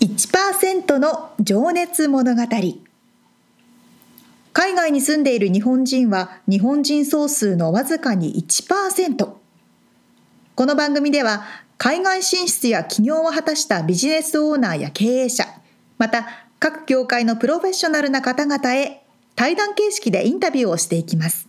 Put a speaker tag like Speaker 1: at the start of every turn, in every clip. Speaker 1: 1%の情熱物語海外に住んでいる日本人は日本人総数のわずかに1%この番組では海外進出や起業を果たしたビジネスオーナーや経営者また各業界のプロフェッショナルな方々へ対談形式でインタビューをしていきます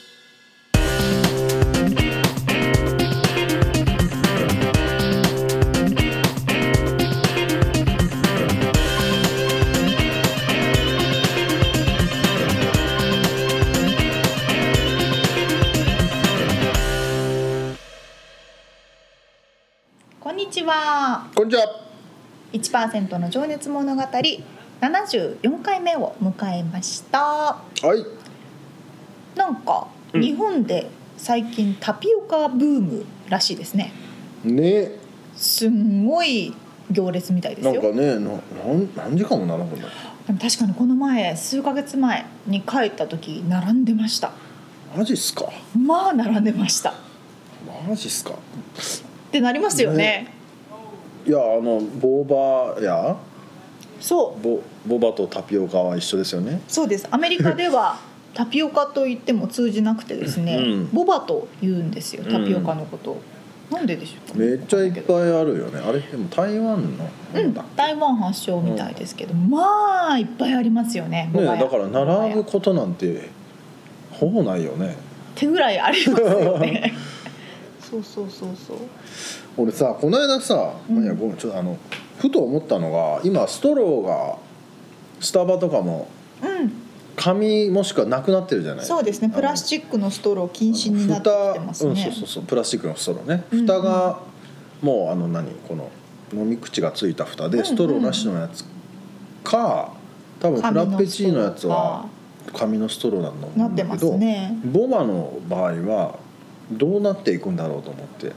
Speaker 1: こんにちは
Speaker 2: こんにちは。
Speaker 1: 1%の情熱物語74回目を迎えました
Speaker 2: はい。
Speaker 1: なんか
Speaker 2: うん
Speaker 1: 日本で最近タピオカブームらしいですね
Speaker 2: ね、
Speaker 1: すんごい行列みたいです
Speaker 2: なん
Speaker 1: よ
Speaker 2: かね、な、なん、何時間も並ぶの。
Speaker 1: でも確かにこの前数ヶ月前に帰った時並んでました
Speaker 2: マジっすか。
Speaker 1: まあ並んでましたっ
Speaker 2: マジっすか。
Speaker 1: てなりますよね
Speaker 2: ねいや、あの、ボーバーや、
Speaker 1: そう
Speaker 2: ボ、ボバとタピオカは一緒ですよね。
Speaker 1: そうですアメリカでは タピオカと言っても通じなくてですね、
Speaker 2: うん
Speaker 1: ボバと言うんですよタピオカのこと、なんででしょうかね
Speaker 2: めっちゃいっぱいあるよね。あれ、でも台湾の。
Speaker 1: うん
Speaker 2: だっ、
Speaker 1: 台湾発祥みたいですけど、まあいっぱいありますよね
Speaker 2: け。
Speaker 1: ボ
Speaker 2: ね、
Speaker 1: バヤ
Speaker 2: だから、並ぶことなんて。ほぼないよね。
Speaker 1: 手ぐらいありますよね そうそうそうそう
Speaker 2: 俺さ、この間さ、
Speaker 1: うん
Speaker 2: いや、ごめん、ちょっと、あの。ふと思ったのが、今ストローが。スタバとかも。
Speaker 1: うん
Speaker 2: 紙もしくはなくなってるじゃない
Speaker 1: そうですねプラスチックのストロー禁止になってきてます
Speaker 2: 蓋うん、
Speaker 1: ね
Speaker 2: そうそうそうプラスチックのストローね
Speaker 1: うんうん
Speaker 2: 蓋がもうあの何この飲み口がついた蓋
Speaker 1: うんう
Speaker 2: で
Speaker 1: ん
Speaker 2: ストローなしのやつか多分フ
Speaker 1: 紙の
Speaker 2: ラペチーノのやつは
Speaker 1: ス
Speaker 2: 紙のストローなんだ
Speaker 1: トローがな
Speaker 2: と思う
Speaker 1: っ
Speaker 2: ん
Speaker 1: て
Speaker 2: だけ
Speaker 1: ます
Speaker 2: ど、
Speaker 1: ね
Speaker 2: ボマの場合はどうなっていくんだろうと思って、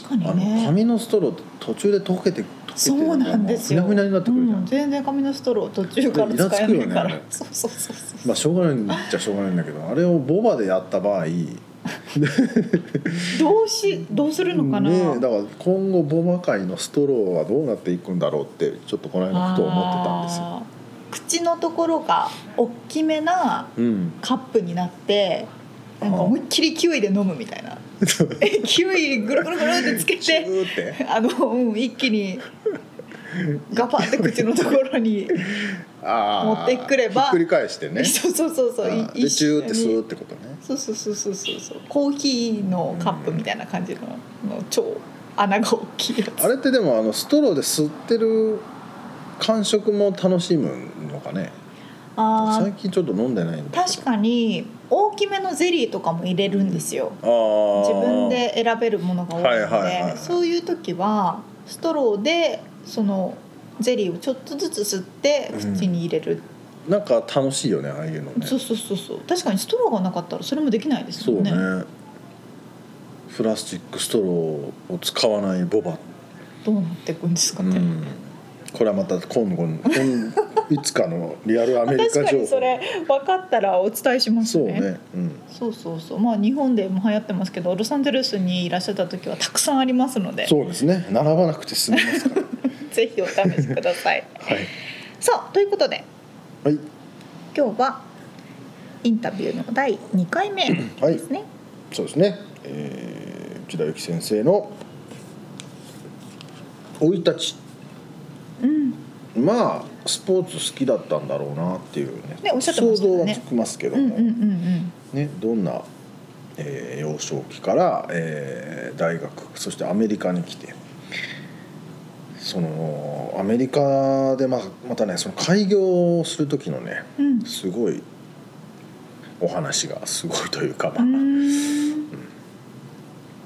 Speaker 1: 確かに
Speaker 2: あの
Speaker 1: ね
Speaker 2: 紙のストローって途中で溶けて溶けて
Speaker 1: そうなんですよ
Speaker 2: もうふにゃふにゃになってくるじゃん、
Speaker 1: うん全然紙のストロー途中から
Speaker 2: イラ
Speaker 1: 使
Speaker 2: つ
Speaker 1: え
Speaker 2: く
Speaker 1: な
Speaker 2: よ
Speaker 1: い
Speaker 2: ね
Speaker 1: か
Speaker 2: あ
Speaker 1: ら、
Speaker 2: れ
Speaker 1: そうそうそうそう、
Speaker 2: まあしょうがないっちゃしょうがないんだけどあれをボバでやった場合
Speaker 1: どうしどうするのかな、
Speaker 2: ねえだから今後ボマ界のストローはどうなっていくんだろうってちょっとこの間ふと思ってたんですよ。
Speaker 1: あー口のところが大きめな
Speaker 2: うん、
Speaker 1: カップになってなんか思いっきりキウイで飲むみたいなえ キウイぐるぐるぐるってつけ
Speaker 2: シ
Speaker 1: て
Speaker 2: ューって
Speaker 1: あの、うん、一気にガパって口のところに、
Speaker 2: あー
Speaker 1: 持ってくれば
Speaker 2: ひっくり返してね
Speaker 1: そうそうそうそう
Speaker 2: あー
Speaker 1: い
Speaker 2: でチューっ
Speaker 1: 一
Speaker 2: てス
Speaker 1: 緒
Speaker 2: ー
Speaker 1: に
Speaker 2: ってことね
Speaker 1: そうそうそうそうそうそうコーヒーのカップみたいな感じのの超穴が大きいやつ
Speaker 2: あれってでもあのストローで吸ってる感触も楽しむのかね
Speaker 1: あ
Speaker 2: 最近ちょっと飲んでないん
Speaker 1: ー
Speaker 2: だけ
Speaker 1: 確
Speaker 2: ど
Speaker 1: かに大きめのゼリーとかも入れるんですよ、
Speaker 2: あー
Speaker 1: 自分で選べるものが多いので、
Speaker 2: はいはいはい
Speaker 1: そういう時はストローでそのゼリーをちょっとずつ吸って
Speaker 2: うん
Speaker 1: 口に入れる、
Speaker 2: なんか楽しいよねああいうのね
Speaker 1: そうそうそうそう確かにストローがなかったらそれもできないです
Speaker 2: そう
Speaker 1: もんね
Speaker 2: ねプラスチックストローを使わないボバ
Speaker 1: どうなっていくんですか
Speaker 2: う
Speaker 1: ね、
Speaker 2: ん、これはまた今後今いつかのリアルアメリ
Speaker 1: 確
Speaker 2: カ
Speaker 1: か
Speaker 2: 情
Speaker 1: に
Speaker 2: 報
Speaker 1: それ分かったらお伝えします
Speaker 2: そう
Speaker 1: ね
Speaker 2: ね、うん、
Speaker 1: そうそうそうまあ日本でも流行ってますけどロサンゼルスにいらっしゃった時はたくさんありますので
Speaker 2: そうですね並ばなくて済みますから
Speaker 1: ぜひお試しください
Speaker 2: はい、
Speaker 1: さあということで
Speaker 2: はい、
Speaker 1: 今日はインタビューの第2回目ですね、
Speaker 2: そうですね、えー、内田有紀先生の生い立ち
Speaker 1: うん
Speaker 2: まあスポーツ好きだったんだろうなっていうね
Speaker 1: ねおっしゃってま
Speaker 2: 想
Speaker 1: したよ
Speaker 2: 像
Speaker 1: ね
Speaker 2: はつきますけど
Speaker 1: うん
Speaker 2: も、
Speaker 1: うんうんうん
Speaker 2: ね、どんな、えー幼少期から、えー大学そしてアメリカに来てそのアメリカでままたねその開業をする時のね
Speaker 1: うん
Speaker 2: すごいお話がすごいというか、まあ
Speaker 1: うーん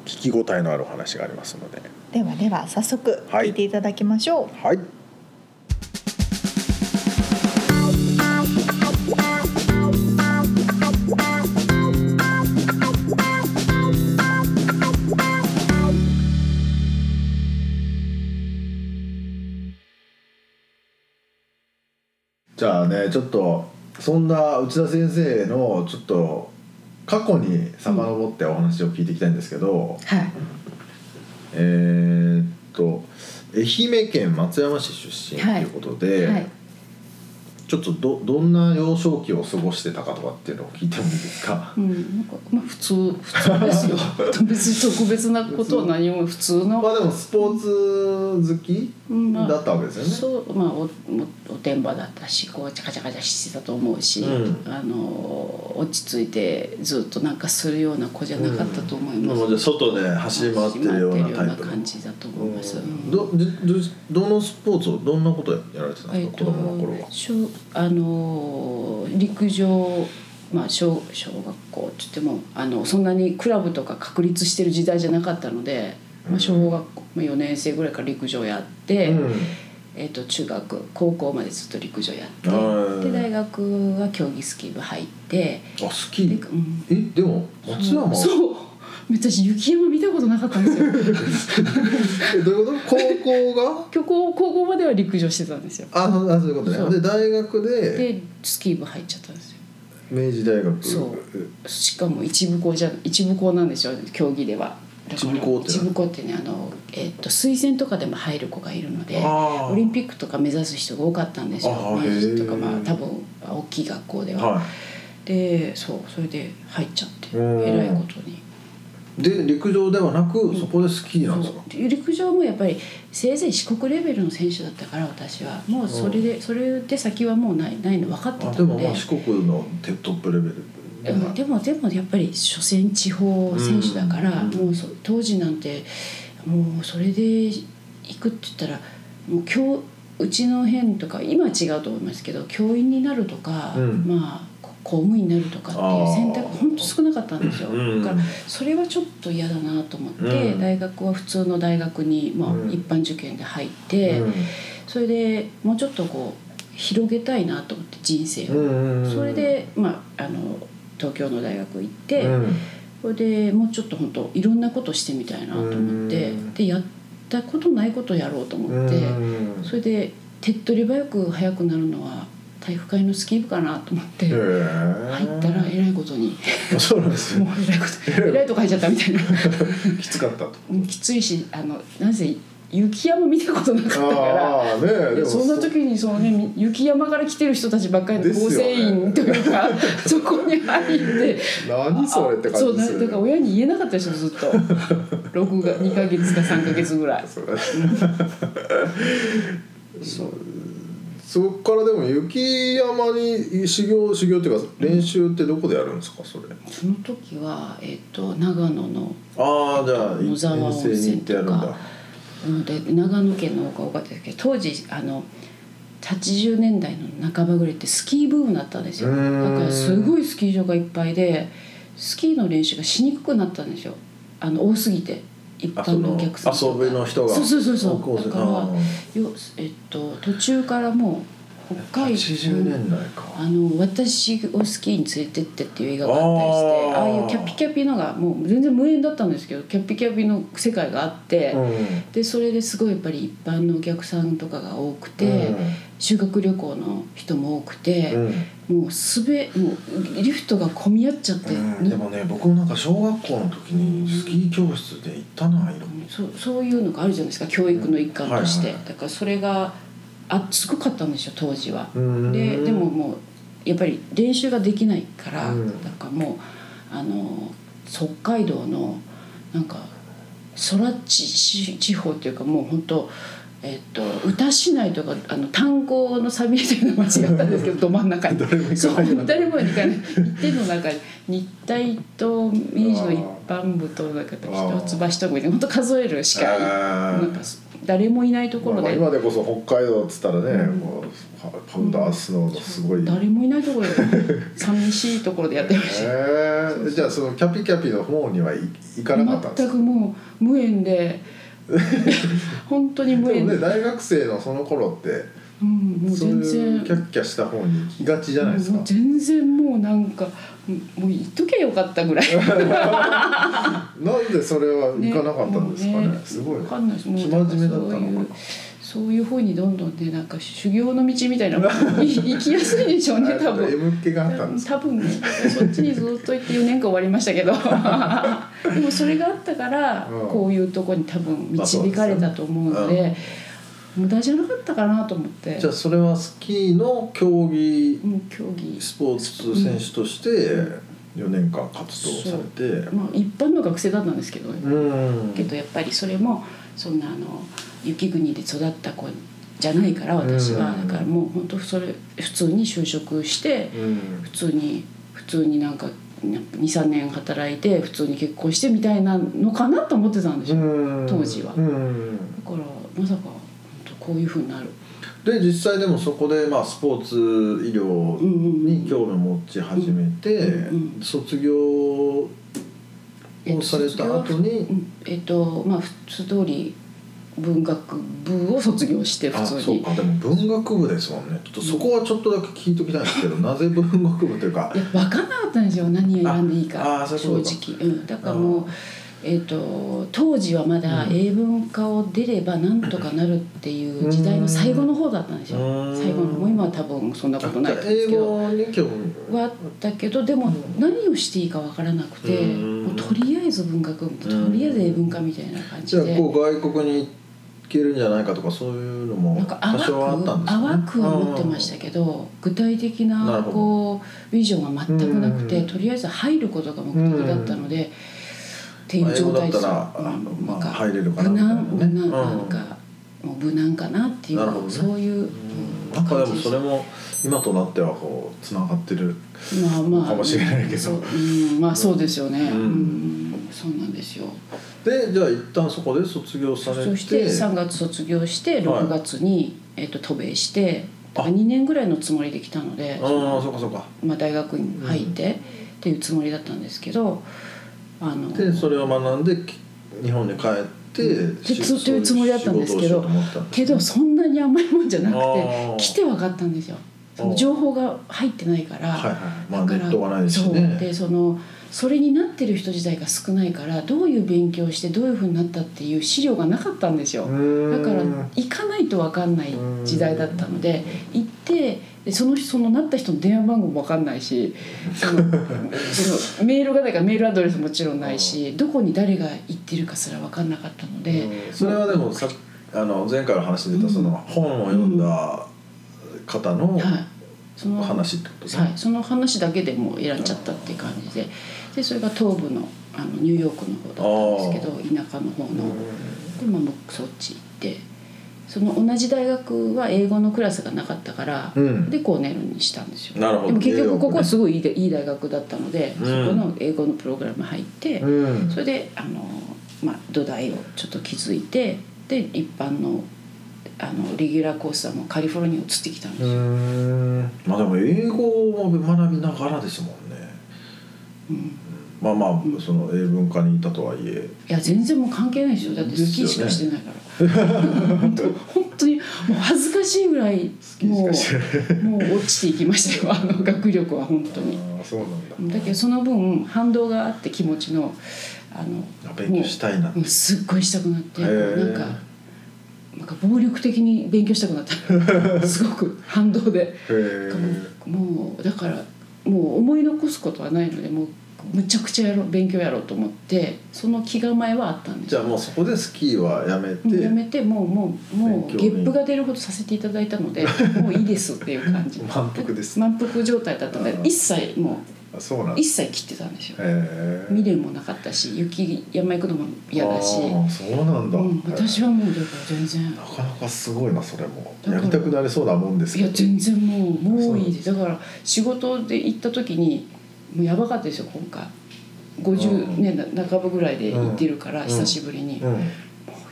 Speaker 2: 聞き応えのあるお話がありますので
Speaker 1: ではでは早速
Speaker 2: はい
Speaker 1: 聞いていただきましょう、
Speaker 2: はいじゃあねちょっとそんな内田先生のちょっと過去に遡ってお話を聞いていきたいんですけど、
Speaker 1: はい
Speaker 2: えーっと愛媛県松山市出身ということで、
Speaker 1: はい
Speaker 2: ちょっとどどんな幼少期を過ごしてたかとかっていうのを聞いてもいいですか
Speaker 3: うん、なんかまあ普通普通 ですよ別に特別なことは何も普通
Speaker 2: ま
Speaker 3: の、
Speaker 2: あでもスポーツ好き
Speaker 3: うんまあ
Speaker 2: だったわけですよね、
Speaker 3: そうまあおおおてんばだったしこうチャカチャカチャしてたと思うし、
Speaker 2: うん
Speaker 3: あの落ち着いてずっとなんかするような子じゃなかったと思います、
Speaker 2: もうじゃあ外で走り回ってるようなタイプの
Speaker 3: 感じだと思います、うん
Speaker 2: どどどのスポーツをどんなことやられてたんですか、子供の頃は。
Speaker 3: 小あのー陸上まあ小小学校って言ってもあのそんなにクラブとか確立してる時代じゃなかったので、まあ、小学校、まあ、4年生ぐらいから陸上やって、えっと中学高校までずっと陸上やって
Speaker 2: はい
Speaker 3: で大学は競技スキー部入って
Speaker 2: あスキ
Speaker 3: で
Speaker 2: ー
Speaker 3: うん
Speaker 2: えでも松山
Speaker 3: そう私雪山見たことなかったんです よ
Speaker 2: えどういうこと高校が
Speaker 3: 高校高校までは陸上してたんですよ
Speaker 2: あそうあそういうこと
Speaker 3: そう
Speaker 2: ねで大学で
Speaker 3: でスキー部入っちゃったんですよ
Speaker 2: 明治大学
Speaker 3: そ
Speaker 2: え
Speaker 3: しかも一部校じゃ一部校なんですよ競技では
Speaker 2: 一部校って
Speaker 3: 一部校ってねあの、えっと推薦とかでも入る子がいるので
Speaker 2: あー
Speaker 3: オリンピックとか目指す人が多かったんですよ
Speaker 2: あー
Speaker 3: 明治とか
Speaker 2: へー
Speaker 3: まあ多分大きい学校では、
Speaker 2: は
Speaker 3: でそうそれで入っちゃって
Speaker 2: うん
Speaker 3: えらいことに
Speaker 2: いで陸上ではなくそこでスキーなんですか
Speaker 3: そう陸上もやっぱりせいぜい四国レベルの選手だったから私はもうそれでそれで先はもうないないの分かってた
Speaker 2: あ
Speaker 3: の
Speaker 2: で
Speaker 3: で
Speaker 2: もまあ四国のテトップレベル
Speaker 3: でもでもでもやっぱり所詮地方選手だから、
Speaker 2: うん
Speaker 3: もうそ当時なんてもうそれで行くって言ったらもう今日うちの辺とか今は違うと思いますけど教員になるとか、
Speaker 2: うん
Speaker 3: まあこ公務員になるとかっていう選択
Speaker 2: あー
Speaker 3: ほんと少なかったんですよ、
Speaker 2: うん
Speaker 3: だからそれはちょっと嫌だなと思って、
Speaker 2: うん
Speaker 3: 大学は普通の大学に、まあ
Speaker 2: うん
Speaker 3: 一般受験で入って、
Speaker 2: うん
Speaker 3: それでもうちょっとこう広げたいなと思って人生を。
Speaker 2: うんうんうん
Speaker 3: それで、まあ、あの東京の大学行って、
Speaker 2: うん
Speaker 3: それでもうちょっと本当いろんなことしてみたいなと思って
Speaker 2: うん
Speaker 3: でやったことないことやろうと思って
Speaker 2: うん
Speaker 3: それで手っ取り早く早くなるのは体育会のスキー部かなと思って
Speaker 2: へ
Speaker 3: 入
Speaker 2: ー
Speaker 3: ったらえらいことに
Speaker 2: あそうなんです
Speaker 3: も
Speaker 2: ね
Speaker 3: うえらいことえらいとこ入っちゃったみたいな
Speaker 2: きつかった と
Speaker 3: もうきついしあのなんせ雪山見たことなかったから。
Speaker 2: ああねえでも
Speaker 3: そんな時にその、ね、み雪山から来てる人たちばっかりの構成員という か、そこに入って
Speaker 2: 何それって感
Speaker 3: そう
Speaker 2: じで
Speaker 3: だ
Speaker 2: すよ
Speaker 3: だ
Speaker 2: ね
Speaker 3: から親に言えなかったでしょずっ と録画2ヶ月か3ヶ月ぐらい
Speaker 2: そうだね
Speaker 3: そう
Speaker 2: そこからでも雪山に修行修行っていうか練習ってどこでやるんですかそれ
Speaker 3: その時は、えっと長野の
Speaker 2: ああじゃあ
Speaker 3: 野沢温
Speaker 2: 遠征に行
Speaker 3: 泉
Speaker 2: ってや
Speaker 3: と
Speaker 2: るんだ
Speaker 3: かうんで長野県の方が多かったですけど当時あの80年代の半ばぐらいってスキーブームだったんですよ
Speaker 2: う
Speaker 3: だ
Speaker 2: ーん
Speaker 3: からすごいスキー場がいっぱいでスキーの練習がしにくくなったんですよあの多すぎて一
Speaker 2: あ
Speaker 3: 般
Speaker 2: そ
Speaker 3: の
Speaker 2: の
Speaker 3: お客さんとか
Speaker 2: 遊びの人が
Speaker 3: そうそうそうそ
Speaker 2: 高校生
Speaker 3: うだから
Speaker 2: あ
Speaker 3: よえっと途中からもう北海
Speaker 2: 80年代か
Speaker 3: あの私をスキーに連れてってっていう映画があったりして
Speaker 2: あー
Speaker 3: ああいうキャピキャピのがもう全然無縁だったんですけどキャピキャピの世界があって、
Speaker 2: うん
Speaker 3: でそれですごいやっぱり一般のお客さんとかが多くて、修学旅行の人も多く
Speaker 2: う
Speaker 3: て、
Speaker 2: ん
Speaker 3: もうすべもうリフトが混み合っちゃって、
Speaker 2: うんでもね僕もなんか小学校の時にスキー教室で行ったな色々
Speaker 3: そうそういうのがあるじゃないですか教育の一環として、
Speaker 2: うんはいはいはい
Speaker 3: だからそれがあすごかったんですよ当時は。
Speaker 2: うん
Speaker 3: ででももうやっぱり練習ができないから、
Speaker 2: うん
Speaker 3: なんかもうあの北海道のなんか空地地方っていうかもう本当えっと宇多市内とかあの炭鉱のサビみたいな町があった んですけどど真ん中に
Speaker 2: 誰も行
Speaker 3: そ
Speaker 2: かないう
Speaker 3: 誰も行かない一定の中に日体と明治の一般部となんか
Speaker 2: あー
Speaker 3: 一つば一組で本当数えるしかい
Speaker 2: あー
Speaker 3: なんか誰もいないところ
Speaker 2: まあ
Speaker 3: で
Speaker 2: 今でこそ北海道っつったらねもうパパウダースノーのすごい
Speaker 3: 誰もいないところで寂しいところでやってました
Speaker 2: えーじゃあそのキャピキャピの方にはい行かなかったんです
Speaker 3: 全
Speaker 2: か
Speaker 3: くもう無縁 で本当に無
Speaker 2: で
Speaker 3: 縁
Speaker 2: も
Speaker 3: で、
Speaker 2: ね大学生のその頃って
Speaker 3: うん、もう
Speaker 2: そう
Speaker 3: 全
Speaker 2: い
Speaker 3: 然
Speaker 2: うキャッキャした方に行きがちじゃないです
Speaker 3: も
Speaker 2: か
Speaker 3: う全然もうなんかもう言っとけよかったぐらい
Speaker 2: なんでそれは行かなかったんですかね
Speaker 3: もう
Speaker 2: すごい
Speaker 3: わかんないですもう
Speaker 2: 生真面目だったのかな
Speaker 3: そういうそういうふうにどんどんねなんか修行の道みたいな い行きやすいでしょう ね多分。
Speaker 2: M 気があったんですか
Speaker 3: 多 分ねそっちにずっと行って4年間終わりましたけどでもそれがあったから、
Speaker 2: うん
Speaker 3: こういうとこに多分導かれたと思うので,、
Speaker 2: まあそうで
Speaker 3: 無駄じゃなかったかなと思って
Speaker 2: じゃあそれはスキーの競技
Speaker 3: うん競技、
Speaker 2: スポーツ選手として4年間活動されて
Speaker 3: まあ、一般の学生だったんですけど、
Speaker 2: うん
Speaker 3: けどやっぱりそれもそんなあの雪国で育った子じゃないから私は、
Speaker 2: うん
Speaker 3: だからもう本当それ普通に就職して。
Speaker 2: うん
Speaker 3: 普通に普通になんか23年働いて普通に結婚してみたいなのかなと思ってたんでしょ、だ
Speaker 2: うん
Speaker 3: 当時は
Speaker 2: うん
Speaker 3: からまさか本当こういうふうになる
Speaker 2: で実際でもそこでまあスポーツ医療に興味を持ち始めて、
Speaker 3: うんうん
Speaker 2: 卒業をされた後
Speaker 3: う
Speaker 2: に
Speaker 3: んえっとまあ普通通り文学部を卒業して普
Speaker 2: あ
Speaker 3: 通
Speaker 2: そう
Speaker 3: に
Speaker 2: かでも文学部ですもんねちょっとそこはちょっとだけ聞いときたいんですけど、なぜ文学部というか
Speaker 3: いや分かんなかったんですよ何を選んでいい
Speaker 2: あ
Speaker 3: か
Speaker 2: あー
Speaker 3: 正
Speaker 2: そういうことか
Speaker 3: 直、うん、だからもう、えっと当時はまだ英文化を出ればなんとかなるっていう時代の最後の方だったんですよ
Speaker 2: うん
Speaker 3: 最後のもう今は多分 そんなことないと思うんです
Speaker 2: 英
Speaker 3: けど。
Speaker 2: 語に興味
Speaker 3: はあったけどでも何をしていいか分からなくて
Speaker 2: うん
Speaker 3: もうとりあえず文学部
Speaker 2: うん
Speaker 3: とりあえず英文化みたいな感
Speaker 2: じゃ
Speaker 3: じ
Speaker 2: あ
Speaker 3: で
Speaker 2: こう外国に行けるんじゃないかとかそういうのも
Speaker 3: なんか
Speaker 2: 多
Speaker 3: 淡く
Speaker 2: 少はあったんです
Speaker 3: 淡くは思ってました
Speaker 2: け
Speaker 3: けど具体的
Speaker 2: なる
Speaker 3: な
Speaker 2: ほど
Speaker 3: こうビジョンが全くなくて
Speaker 2: うん
Speaker 3: とりあえず入ることが目的だったのでっていう状態ですよ
Speaker 2: 英語だったらあの
Speaker 3: うん
Speaker 2: まあ
Speaker 3: なんか
Speaker 2: 入れるかな
Speaker 3: 無
Speaker 2: みたいなね
Speaker 3: 難無難
Speaker 2: うん
Speaker 3: なんかもう無難かなってい
Speaker 2: なるほど
Speaker 3: う
Speaker 2: ね
Speaker 3: そういう
Speaker 2: なんかでも
Speaker 3: 感じで
Speaker 2: そ
Speaker 3: す
Speaker 2: れも今となってはこうつながってる
Speaker 3: まあまあ
Speaker 2: かもしれないけど
Speaker 3: そううんまあそうですよね
Speaker 2: うん
Speaker 3: うんそうなんですよ
Speaker 2: でじゃあ一旦そこで卒業されて
Speaker 3: そして3月卒業して
Speaker 2: はい
Speaker 3: 6月に、えっと渡米して
Speaker 2: あ
Speaker 3: 2年ぐらいのつもりで来たので
Speaker 2: ああそうかそうか
Speaker 3: まあ、大学に入ってっていうつもりだったんですけどあの
Speaker 2: でそれを学んでき日本に帰って、
Speaker 3: うんで
Speaker 2: し
Speaker 3: つというつもりだったんですけど
Speaker 2: そういう仕事をしようと思ったんです
Speaker 3: けどそんなに甘いもんじゃなく
Speaker 2: あー
Speaker 3: て来て分かったんですよそ
Speaker 2: あ
Speaker 3: の
Speaker 2: ー
Speaker 3: 情報が入ってないから。
Speaker 2: はいはいまあ
Speaker 3: だ
Speaker 2: ネ
Speaker 3: から
Speaker 2: ットがないですし
Speaker 3: そう
Speaker 2: ね
Speaker 3: でそのそれになってる人自体が少ないからどういう勉強をしてどういうふうになったっていう資料がなかったんですよ
Speaker 2: う。ー
Speaker 3: だ
Speaker 2: ん
Speaker 3: から行かないと分かんない時代だったので行ってでその人そのなった人の電話番号も分かんないしそ のそのメールがないからメールアドレスもちろんないしどこに誰が行ってるかすら分かんなかったので
Speaker 2: うんそれはでもさあの前回の話で出たその本を読んだ方の
Speaker 3: はい、その
Speaker 2: 話ってことです
Speaker 3: はい
Speaker 2: ね、、
Speaker 3: その話だけでもう選んじゃったっていう感じででそれが東部のあのニューヨークの方だったんですけど田舎の方の。でまあ僕そっち行ってその同じ大学は英語のクラスがなかったから、
Speaker 2: うん
Speaker 3: でコーネルにしたんですよ
Speaker 2: なるほど
Speaker 3: でも結
Speaker 2: ニューヨー
Speaker 3: 局
Speaker 2: クね
Speaker 3: ここはすごいいい,、いい大学だったので、
Speaker 2: うん
Speaker 3: そこの英語のプログラム入って、
Speaker 2: うん
Speaker 3: それであの、まあ、土台をちょっと築いてで一般のあのレギュラーコースはもうカリフォルニアに移ってきたんです
Speaker 2: う
Speaker 3: よ、
Speaker 2: んまあでも英語を学びながらですもんね
Speaker 3: うん
Speaker 2: まあまあその英文化にいたとはいえ
Speaker 3: いや全然もう関係ないですよだってスキーしかしてないから、本当本当にもう恥ずかしいぐらいもうもう落ちていきましたよあの学力は本当に
Speaker 2: ああそうなんだ
Speaker 3: だけどその分反動があって気持ちのあの
Speaker 2: あ勉強したいな
Speaker 3: もうすっごいしたくなって
Speaker 2: へえ
Speaker 3: なんかなんか暴力的に勉強したくなっ たすごく反動で
Speaker 2: へえ
Speaker 3: もうだからもう思い残すことはないのでもうむちゃくちゃやろう勉強やろうと思ってその気構えはあったんです
Speaker 2: じゃあもうそこでスキーはやめ
Speaker 3: もう
Speaker 2: て
Speaker 3: やめてもうもうもう
Speaker 2: 勉強
Speaker 3: ゲ
Speaker 2: に
Speaker 3: ップが出るほどさせていただいた のでもういいですっていう感じ
Speaker 2: 満腹です
Speaker 3: 満腹状態だったの
Speaker 2: あー
Speaker 3: で一切も
Speaker 2: あそうなん
Speaker 3: う一切切ってたんですよ
Speaker 2: へえ
Speaker 3: 未練もなかったし雪山行くのも嫌だし、
Speaker 2: ああそうなんだ、
Speaker 3: うん、私はもうだから全然
Speaker 2: なかなかすごいなそれも
Speaker 3: だか
Speaker 2: や
Speaker 3: ら
Speaker 2: りたくなりそうなもんです
Speaker 3: い
Speaker 2: け
Speaker 3: や
Speaker 2: ど
Speaker 3: 全然もうもういいで
Speaker 2: そ
Speaker 3: すだから仕事で行った時にもうやばかったですよ今回
Speaker 2: うん
Speaker 3: 50年な半ばぐらいで行ってるから、
Speaker 2: うん
Speaker 3: 久しぶりに、
Speaker 2: う
Speaker 3: も
Speaker 2: ん、
Speaker 3: う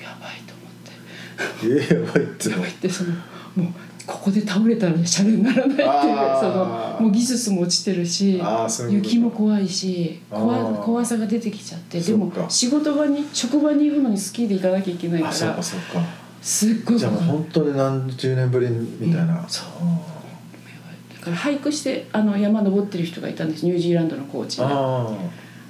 Speaker 3: やばいと思って。
Speaker 2: いややばいって
Speaker 3: や
Speaker 2: の
Speaker 3: ばいってそのもうここで倒れたらシャレにならないっていう
Speaker 2: あー
Speaker 3: そのもう技術も落ちてるし
Speaker 2: あーそういうこと
Speaker 3: 雪も怖いし怖
Speaker 2: あー
Speaker 3: い怖さが出てきちゃってでも
Speaker 2: そっか
Speaker 3: 仕事場に職場に行くのにスキーで行かなきゃいけないか
Speaker 2: あそう
Speaker 3: ら
Speaker 2: かそうか
Speaker 3: すっごい
Speaker 2: じゃあ
Speaker 3: 怖
Speaker 2: もう
Speaker 3: かった
Speaker 2: 本当に何十年ぶりみたいな、
Speaker 3: うんそうだから俳句してあの山登ってる人がいたんですニュージーランドのコーチが
Speaker 2: あ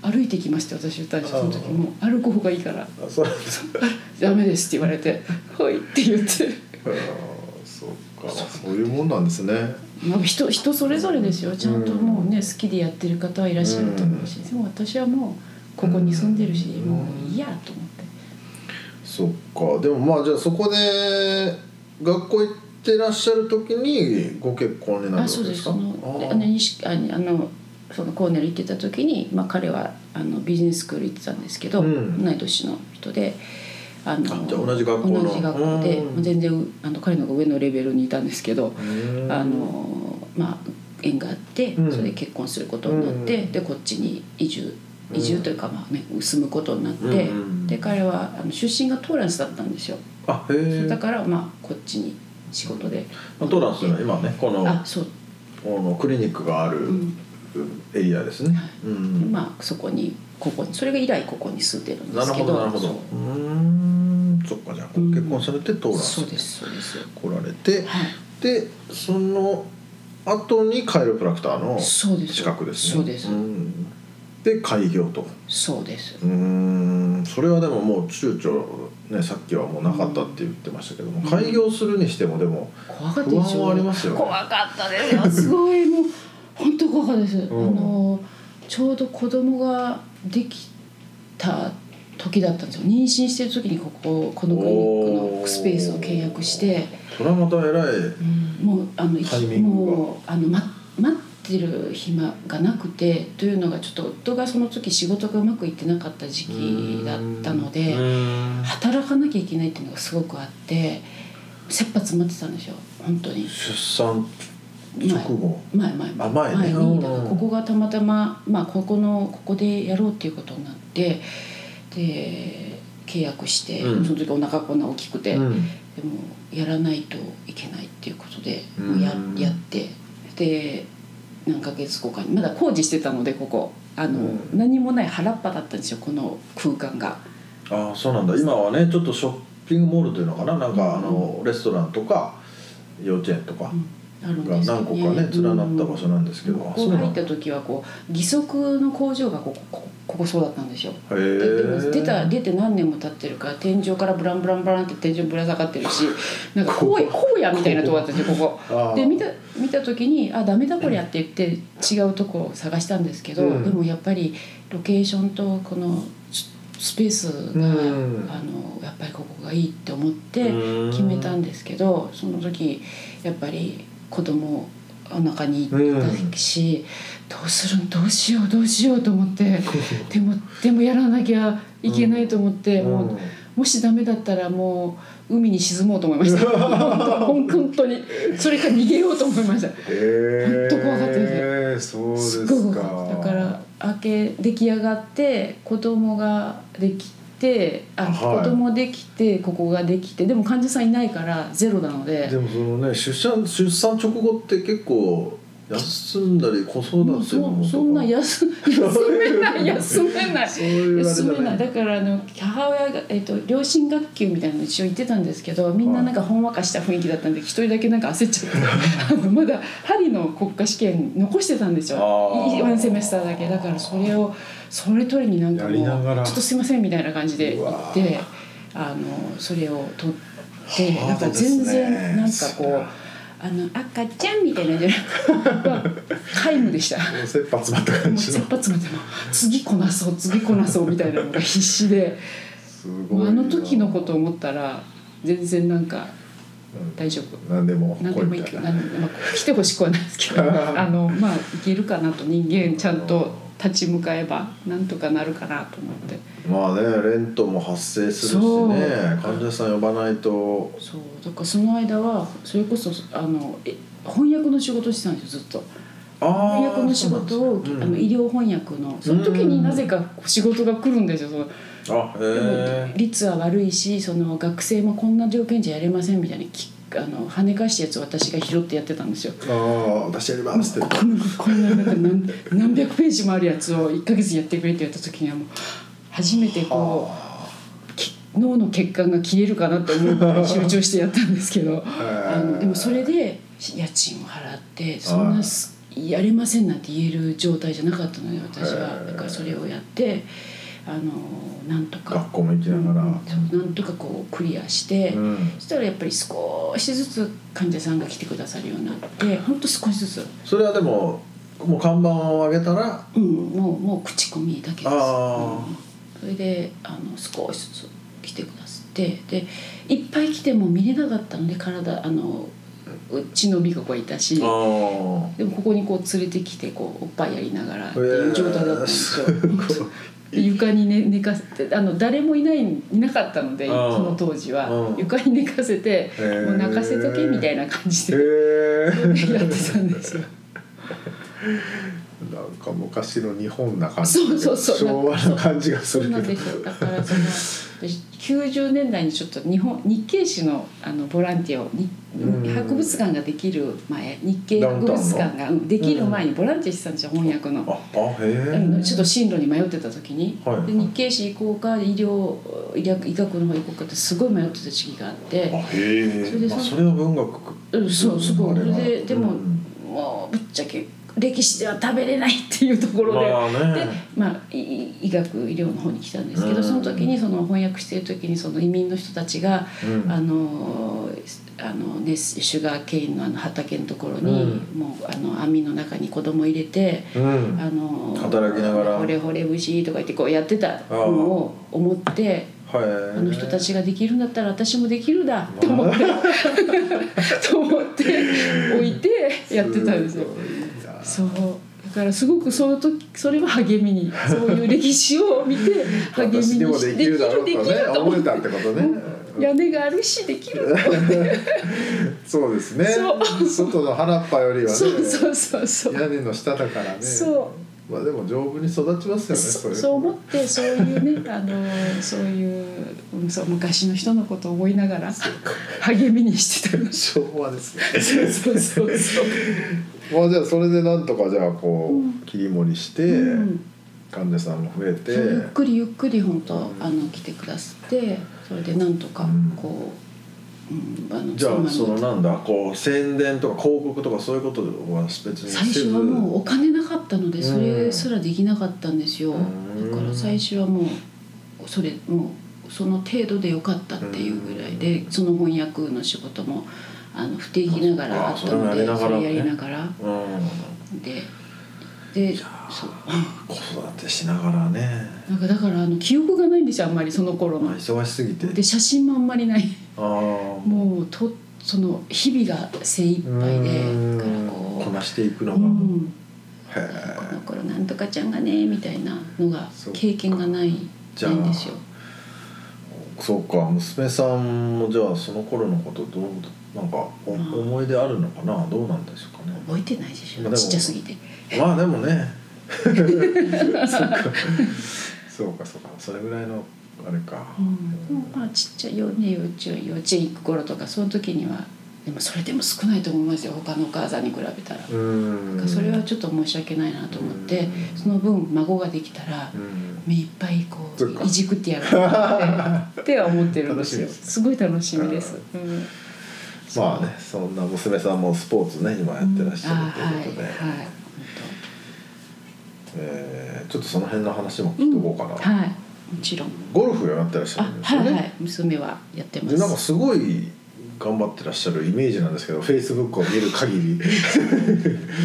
Speaker 3: 歩いてきますって私言ったんですよその時
Speaker 2: あー
Speaker 3: もう歩く方がいいから
Speaker 2: あそう
Speaker 3: 「ダメです」って言われて「はい」って言って
Speaker 2: そっかそういうもんなんですね
Speaker 3: まあ、人人それぞれですよちゃんともうね好きでやってる方はいらっしゃると思うし、でも私はもうここに住んでるし、
Speaker 2: うん
Speaker 3: もういいやと思って
Speaker 2: そっかでもまあじゃあそこで学校行ってらっしゃる時にご結婚になるわ
Speaker 3: あ
Speaker 2: け
Speaker 3: そう
Speaker 2: で
Speaker 3: ですす
Speaker 2: か
Speaker 3: そのあの西あのあのそのコーネル行ってた時に、まあ、彼はあのビジネススクール行ってたんですけど、
Speaker 2: うん
Speaker 3: 同い年の人で。あの
Speaker 2: あじゃあ同じ学校の
Speaker 3: 同じ学校で、
Speaker 2: うん
Speaker 3: まあ全然あの彼の方が上のレベルにいたんですけど、
Speaker 2: あ
Speaker 3: あのまあ縁があって
Speaker 2: うん
Speaker 3: それで結婚することになって、
Speaker 2: うん
Speaker 3: でこっちに移住
Speaker 2: うん
Speaker 3: 移住というかまあね住むことになって、
Speaker 2: うん
Speaker 3: で彼はあの出身がトーランスだったんですよ、
Speaker 2: あへえ
Speaker 3: だからまあこっちに仕事で
Speaker 2: トーランスの今ねこの
Speaker 3: あそう、
Speaker 2: このクリニックがある
Speaker 3: うん
Speaker 2: エリアですね
Speaker 3: はい、
Speaker 2: うん
Speaker 3: まあそこにここにそれが以来ここに住んでるんで
Speaker 2: なる
Speaker 3: すけ
Speaker 2: ほ
Speaker 3: ど
Speaker 2: どなるほどうーんそっかじゃあ
Speaker 3: うん
Speaker 2: 結婚されてトーラ
Speaker 3: そう
Speaker 2: ン
Speaker 3: そう
Speaker 2: ス
Speaker 3: ですそうですよ
Speaker 2: 来られて
Speaker 3: はい
Speaker 2: でその後にカイロプラクターの
Speaker 3: そうです
Speaker 2: 資格ですね
Speaker 3: そうです、
Speaker 2: んで開業と
Speaker 3: そうです
Speaker 2: うーんそれはでももう躊躇ねさっきはもうなかったって言ってましたけども、開業するにしてもでも
Speaker 3: 怖かっ
Speaker 2: 不
Speaker 3: たでし
Speaker 2: 安
Speaker 3: ょ
Speaker 2: はありますよね
Speaker 3: 怖かったですよすごいもう本当怖かったです、
Speaker 2: ん
Speaker 3: あのちょうど子供ができた時だったんですよ妊娠してる時にこここのクリニックのスペースを契約して、
Speaker 2: それはまた偉い
Speaker 3: もうあのい
Speaker 2: タイミングが
Speaker 3: もうあの、ま、待ってる暇がなくてというのがちょっと夫がその時仕事がうまくいってなかった時期だったので。
Speaker 2: うん
Speaker 3: 働かなきゃいけないっていうのがすごくあって切羽詰まってたんですよ本当に
Speaker 2: 出産直後
Speaker 3: 前前
Speaker 2: あ
Speaker 3: 前
Speaker 2: 前ね
Speaker 3: にだか
Speaker 2: う
Speaker 3: ら
Speaker 2: ん
Speaker 3: ここがたまたま、まあ、ここのここでやろうっていうことになってで契約して、
Speaker 2: うん
Speaker 3: その時お腹こんな大きくて、
Speaker 2: う
Speaker 3: でも
Speaker 2: ん
Speaker 3: やらないといけないっていうことで、
Speaker 2: うん
Speaker 3: ややってで何ヶ月後かにまだ工事してたのでここあの、
Speaker 2: うん
Speaker 3: 何もない原っぱだったんですよこの空間が。
Speaker 2: ああそうなんだ今はねちょっとショッピングモールというのかななんかあのレストランとか幼稚園とか
Speaker 3: あるん
Speaker 2: が
Speaker 3: ですよ
Speaker 2: 何個かね連なった場所なんですけど、
Speaker 3: こ
Speaker 2: あ
Speaker 3: こ
Speaker 2: そう
Speaker 3: が
Speaker 2: な
Speaker 3: 入
Speaker 2: ん
Speaker 3: っ
Speaker 2: だ
Speaker 3: た
Speaker 2: へ
Speaker 3: 時はこう義足の工場がここここここそうだったんですよ。ででも
Speaker 2: え
Speaker 3: 出た出て何年も経ってるから天井からブランブランブランって天井ぶら下がってる しなんか荒野荒野みたいなとこだったんですよこ
Speaker 2: あ
Speaker 3: こ。
Speaker 2: ー
Speaker 3: で見た見た時にあダメだこりゃって言って違うとこを探したんですけど、
Speaker 2: うん
Speaker 3: でもやっぱりロケーションとこのススペース
Speaker 2: う
Speaker 3: が、
Speaker 2: ん
Speaker 3: あのやっぱりここがいいって思って。
Speaker 2: うん
Speaker 3: 決めたんですけどその時やっぱり子供お腹にいたし、どうするんどうしようどうしようと思って でもでもやらなきゃいけないと思って、もうもしダメだったらもう海に沈もうと思い ました本当本当にそれか逃げようと思いました
Speaker 2: え
Speaker 3: ほんと怖かった
Speaker 2: で
Speaker 3: です
Speaker 2: そうですす
Speaker 3: っごい
Speaker 2: か
Speaker 3: 怖かっただから明け出来上がって子供ができてあ、
Speaker 2: はい
Speaker 3: 子供できてここができてでも患者さんいないからゼロなので
Speaker 2: でもそのね出産出産直後って結構休んだり子育
Speaker 3: もう
Speaker 2: ても
Speaker 3: そそんな休 休めない休めない
Speaker 2: そういうあれじ
Speaker 3: 休
Speaker 2: ゃ
Speaker 3: めない
Speaker 2: ない
Speaker 3: だからあの母親が、えっと両親学級みたいなの一応行ってたんですけどみんななんかほんわかした雰囲気だったんで一 人だけなんか焦っちゃってあのまだ針の国家試験残してたんですよ
Speaker 2: あー
Speaker 3: 1セメスターだけだからそれをそれ取りになんかもう
Speaker 2: やり
Speaker 3: ちょ
Speaker 2: ながら
Speaker 3: っとすいませんみたいな感じで
Speaker 2: う
Speaker 3: 行
Speaker 2: わ
Speaker 3: っ
Speaker 2: ー
Speaker 3: てあのそれを取って
Speaker 2: ハード
Speaker 3: なんか全
Speaker 2: ですね
Speaker 3: 然なんかこう。あの赤ちゃんみたいなんじ ゃなくて皆無でした。
Speaker 2: 切羽詰まった感
Speaker 3: もう
Speaker 2: じ
Speaker 3: 切
Speaker 2: の
Speaker 3: 羽詰めても次こなそう次こなそうみたいなのが必死で
Speaker 2: す
Speaker 3: も
Speaker 2: ご
Speaker 3: う
Speaker 2: い
Speaker 3: あ
Speaker 2: な
Speaker 3: の時のことを思ったら全然なんか大丈夫
Speaker 2: 何でも
Speaker 3: 何でもいい
Speaker 2: こう
Speaker 3: け
Speaker 2: み
Speaker 3: ど
Speaker 2: たいな
Speaker 3: 何でも、まあ、来てほしくはないですけ どあのまあいけるかなと人間ちゃんと立ち向かえばなんとかなるかなと思って
Speaker 2: まあねレントも発生するし
Speaker 3: そう
Speaker 2: ね患者さん呼ばないと
Speaker 3: そうだからその間はそれこそあのえ翻訳の仕事してたんですよずっと。
Speaker 2: あ
Speaker 3: 翻訳の仕事を、あの医療翻訳のその時になぜか仕事が来るんですよその
Speaker 2: あ
Speaker 3: で
Speaker 2: へ
Speaker 3: も率は悪いしその学生もこんな条件じゃやれませんみたいなきあの跳ね返したやつを私が拾ってやってたんですよ。
Speaker 2: えああ私やりますって
Speaker 3: こんなこんななんか何何百ページもあるやつを1ヶ月やってくれってやった時にはもう初めてこうき脳の血管が消えるかなって思うぐらい集中してやったんですけどあのでもそれで家賃を払ってそんなすやれませんなんて言える状態じゃなかったので私はだからそれをやってあのなんとか
Speaker 2: 学校も行きながら、
Speaker 3: そうなんとかこうクリアして、
Speaker 2: うん
Speaker 3: そしたらやっぱり少しずつ患者さんが来てくださるようになってほんと少しずつ、
Speaker 2: それはでももう看板を上げたら
Speaker 3: うん、もうもう口コミだけです、うん
Speaker 2: あ、
Speaker 3: それであの少しずつ来てくださってでいっぱい来ても見れなかったので体あのうちの美香子はいたし
Speaker 2: あー
Speaker 3: でもここにこう連れてきてこうおっぱいやりながらっていう状態だったんですよ。で床に、ね、寝かせてあの誰もいないいなかったので
Speaker 2: う
Speaker 3: そ
Speaker 2: ん
Speaker 3: の当時は、
Speaker 2: うん
Speaker 3: 床に寝かせて、
Speaker 2: ー
Speaker 3: もう泣かせとけみたいな感じ
Speaker 2: へ
Speaker 3: で、
Speaker 2: え
Speaker 3: や ってたんですよ。
Speaker 2: なんか昔の日本な感じ
Speaker 3: そうそうそう
Speaker 2: 昭和な感じがす
Speaker 3: そう
Speaker 2: る
Speaker 3: なん
Speaker 2: け
Speaker 3: で
Speaker 2: ど
Speaker 3: すよだからその私90年代にちょっと日本日系史のあのボランティアをに
Speaker 2: うん
Speaker 3: 博物館ができる前日系博物館がうんできる前にボランティアしてたんですよ翻訳の。
Speaker 2: ああ
Speaker 3: あの
Speaker 2: へ
Speaker 3: ちょっと進路に迷ってた時に、
Speaker 2: はい
Speaker 3: で日系史行こうか医療医学医学の方行こうかってすごい迷ってた時期があっ
Speaker 2: えあ
Speaker 3: てそ
Speaker 2: へ
Speaker 3: れ
Speaker 2: え
Speaker 3: で
Speaker 2: まあ
Speaker 3: そ
Speaker 2: それは文学
Speaker 3: うんそうすごい
Speaker 2: あ
Speaker 3: そ
Speaker 2: れ
Speaker 3: れ
Speaker 2: は
Speaker 3: でで
Speaker 2: う
Speaker 3: も、
Speaker 2: ん
Speaker 3: もうぶっちゃけ歴史では食べれないっていうところで、
Speaker 2: まあ
Speaker 3: で
Speaker 2: ね
Speaker 3: まあ、い医学医療の方に来たんですけ
Speaker 2: う
Speaker 3: ど
Speaker 2: ん
Speaker 3: その時にその翻訳してる時にその移民の人たちが、
Speaker 2: うん
Speaker 3: あのあのね、シュガーケインのあの畑のところに、
Speaker 2: う
Speaker 3: もうあの網の中に子供入れて、
Speaker 2: うん
Speaker 3: あの
Speaker 2: 働きながら
Speaker 3: ほれほれ節」とか言ってこうやってたのを思って。
Speaker 2: はい
Speaker 3: あの人たちができるんだったら私もできるだと思って と思って置いてやってたんですよ
Speaker 2: ご。いな
Speaker 3: そうだからすごくその時それは励 みにそういう歴史を見て励みに
Speaker 2: 私
Speaker 3: し
Speaker 2: でもできるだろうと
Speaker 3: でき
Speaker 2: ね
Speaker 3: る
Speaker 2: 思
Speaker 3: と思
Speaker 2: え
Speaker 3: った
Speaker 2: ってことね
Speaker 3: て屋根があるしできる
Speaker 2: そうですね
Speaker 3: そう
Speaker 2: 外の原っぱよりはね
Speaker 3: そうそうそうそう
Speaker 2: 屋根の下だからね
Speaker 3: そう
Speaker 2: まあでも丈夫に育ちますよねそ
Speaker 3: そ
Speaker 2: れ
Speaker 3: そう思ってそ ういうねあのそういううんそう昔の人のことを思いながら励みにしてた
Speaker 2: 昭和ですね
Speaker 3: そうそうそうそう。
Speaker 2: まあじゃあそれでなんとかじゃあこう、
Speaker 3: うん
Speaker 2: 切り盛りして、
Speaker 3: うん
Speaker 2: 患者さんも増えて、
Speaker 3: そうゆっくりゆっくり本当、
Speaker 2: うん
Speaker 3: あの来てくださってそれでなんとか
Speaker 2: うん
Speaker 3: こう、うんあの
Speaker 2: じゃあ
Speaker 3: 妻に
Speaker 2: そのなんだこう宣伝とか広告とかそういうことは別にせず
Speaker 3: 最初はもうお金なかったので
Speaker 2: ん
Speaker 3: それすらできなかったんですよ、
Speaker 2: うん
Speaker 3: だから最初はもうそれもうその程度でよかったっていうぐらいで、
Speaker 2: うん
Speaker 3: その翻訳の仕事もあの不定期ながらあ
Speaker 2: あ
Speaker 3: っ
Speaker 2: そったか
Speaker 3: のでそ
Speaker 2: それもやりながらね
Speaker 3: れやりながら
Speaker 2: うん
Speaker 3: ででそう
Speaker 2: 子育てしながらね
Speaker 3: なんかだからあの記憶がないんですよあんまりその頃の。
Speaker 2: 忙しすぎて
Speaker 3: で写真もあんまりない
Speaker 2: ああ
Speaker 3: もうとその日々が精一杯でだからこ
Speaker 2: こ
Speaker 3: う
Speaker 2: なしていくの
Speaker 3: う
Speaker 2: が、へ
Speaker 3: ん、この
Speaker 2: え
Speaker 3: 頃なんとかちゃんがねみたいなのが
Speaker 2: そうか
Speaker 3: 経験がない
Speaker 2: じゃ
Speaker 3: な
Speaker 2: あ
Speaker 3: いんですよ
Speaker 2: そうか娘さんもじゃあその頃のことどうなんかお
Speaker 3: うん
Speaker 2: 思い出あるのかなどうなんでしょうかね
Speaker 3: 覚えてないでし
Speaker 2: まあ
Speaker 3: ょ
Speaker 2: でも
Speaker 3: ちっちゃすぎて
Speaker 2: まあでも ねそうかそうかそうかそれぐらいのあれか、
Speaker 3: うんでもまあちっちゃいよね幼稚園幼稚園行く頃とかその時にはでもそれでも少ないと思いますよ他のお母さんに比べたら、
Speaker 2: うん
Speaker 3: それはちょっと申し訳ないなと思って、
Speaker 2: うん
Speaker 3: その分孫ができたら、
Speaker 2: うん
Speaker 3: 目いっぱいこ
Speaker 2: そっか
Speaker 3: ういじくってやろうと思って っては思ってるんですよ
Speaker 2: 楽しみです
Speaker 3: すごい楽しみです、うん
Speaker 2: まあねそんな娘さんもスポーツね今やってらっしゃるということで、
Speaker 3: あーはいはい
Speaker 2: えーちょっとその辺の話も聞いておこうかな、
Speaker 3: 本当はいもちろん
Speaker 2: ゴルフやってらっしゃ
Speaker 3: あ
Speaker 2: るんですよ
Speaker 3: はい
Speaker 2: ね、
Speaker 3: はい娘はやってま
Speaker 2: でなんか
Speaker 3: す
Speaker 2: すごい頑張ってらっしゃるイメージなんですけどフェイスブックを見る限り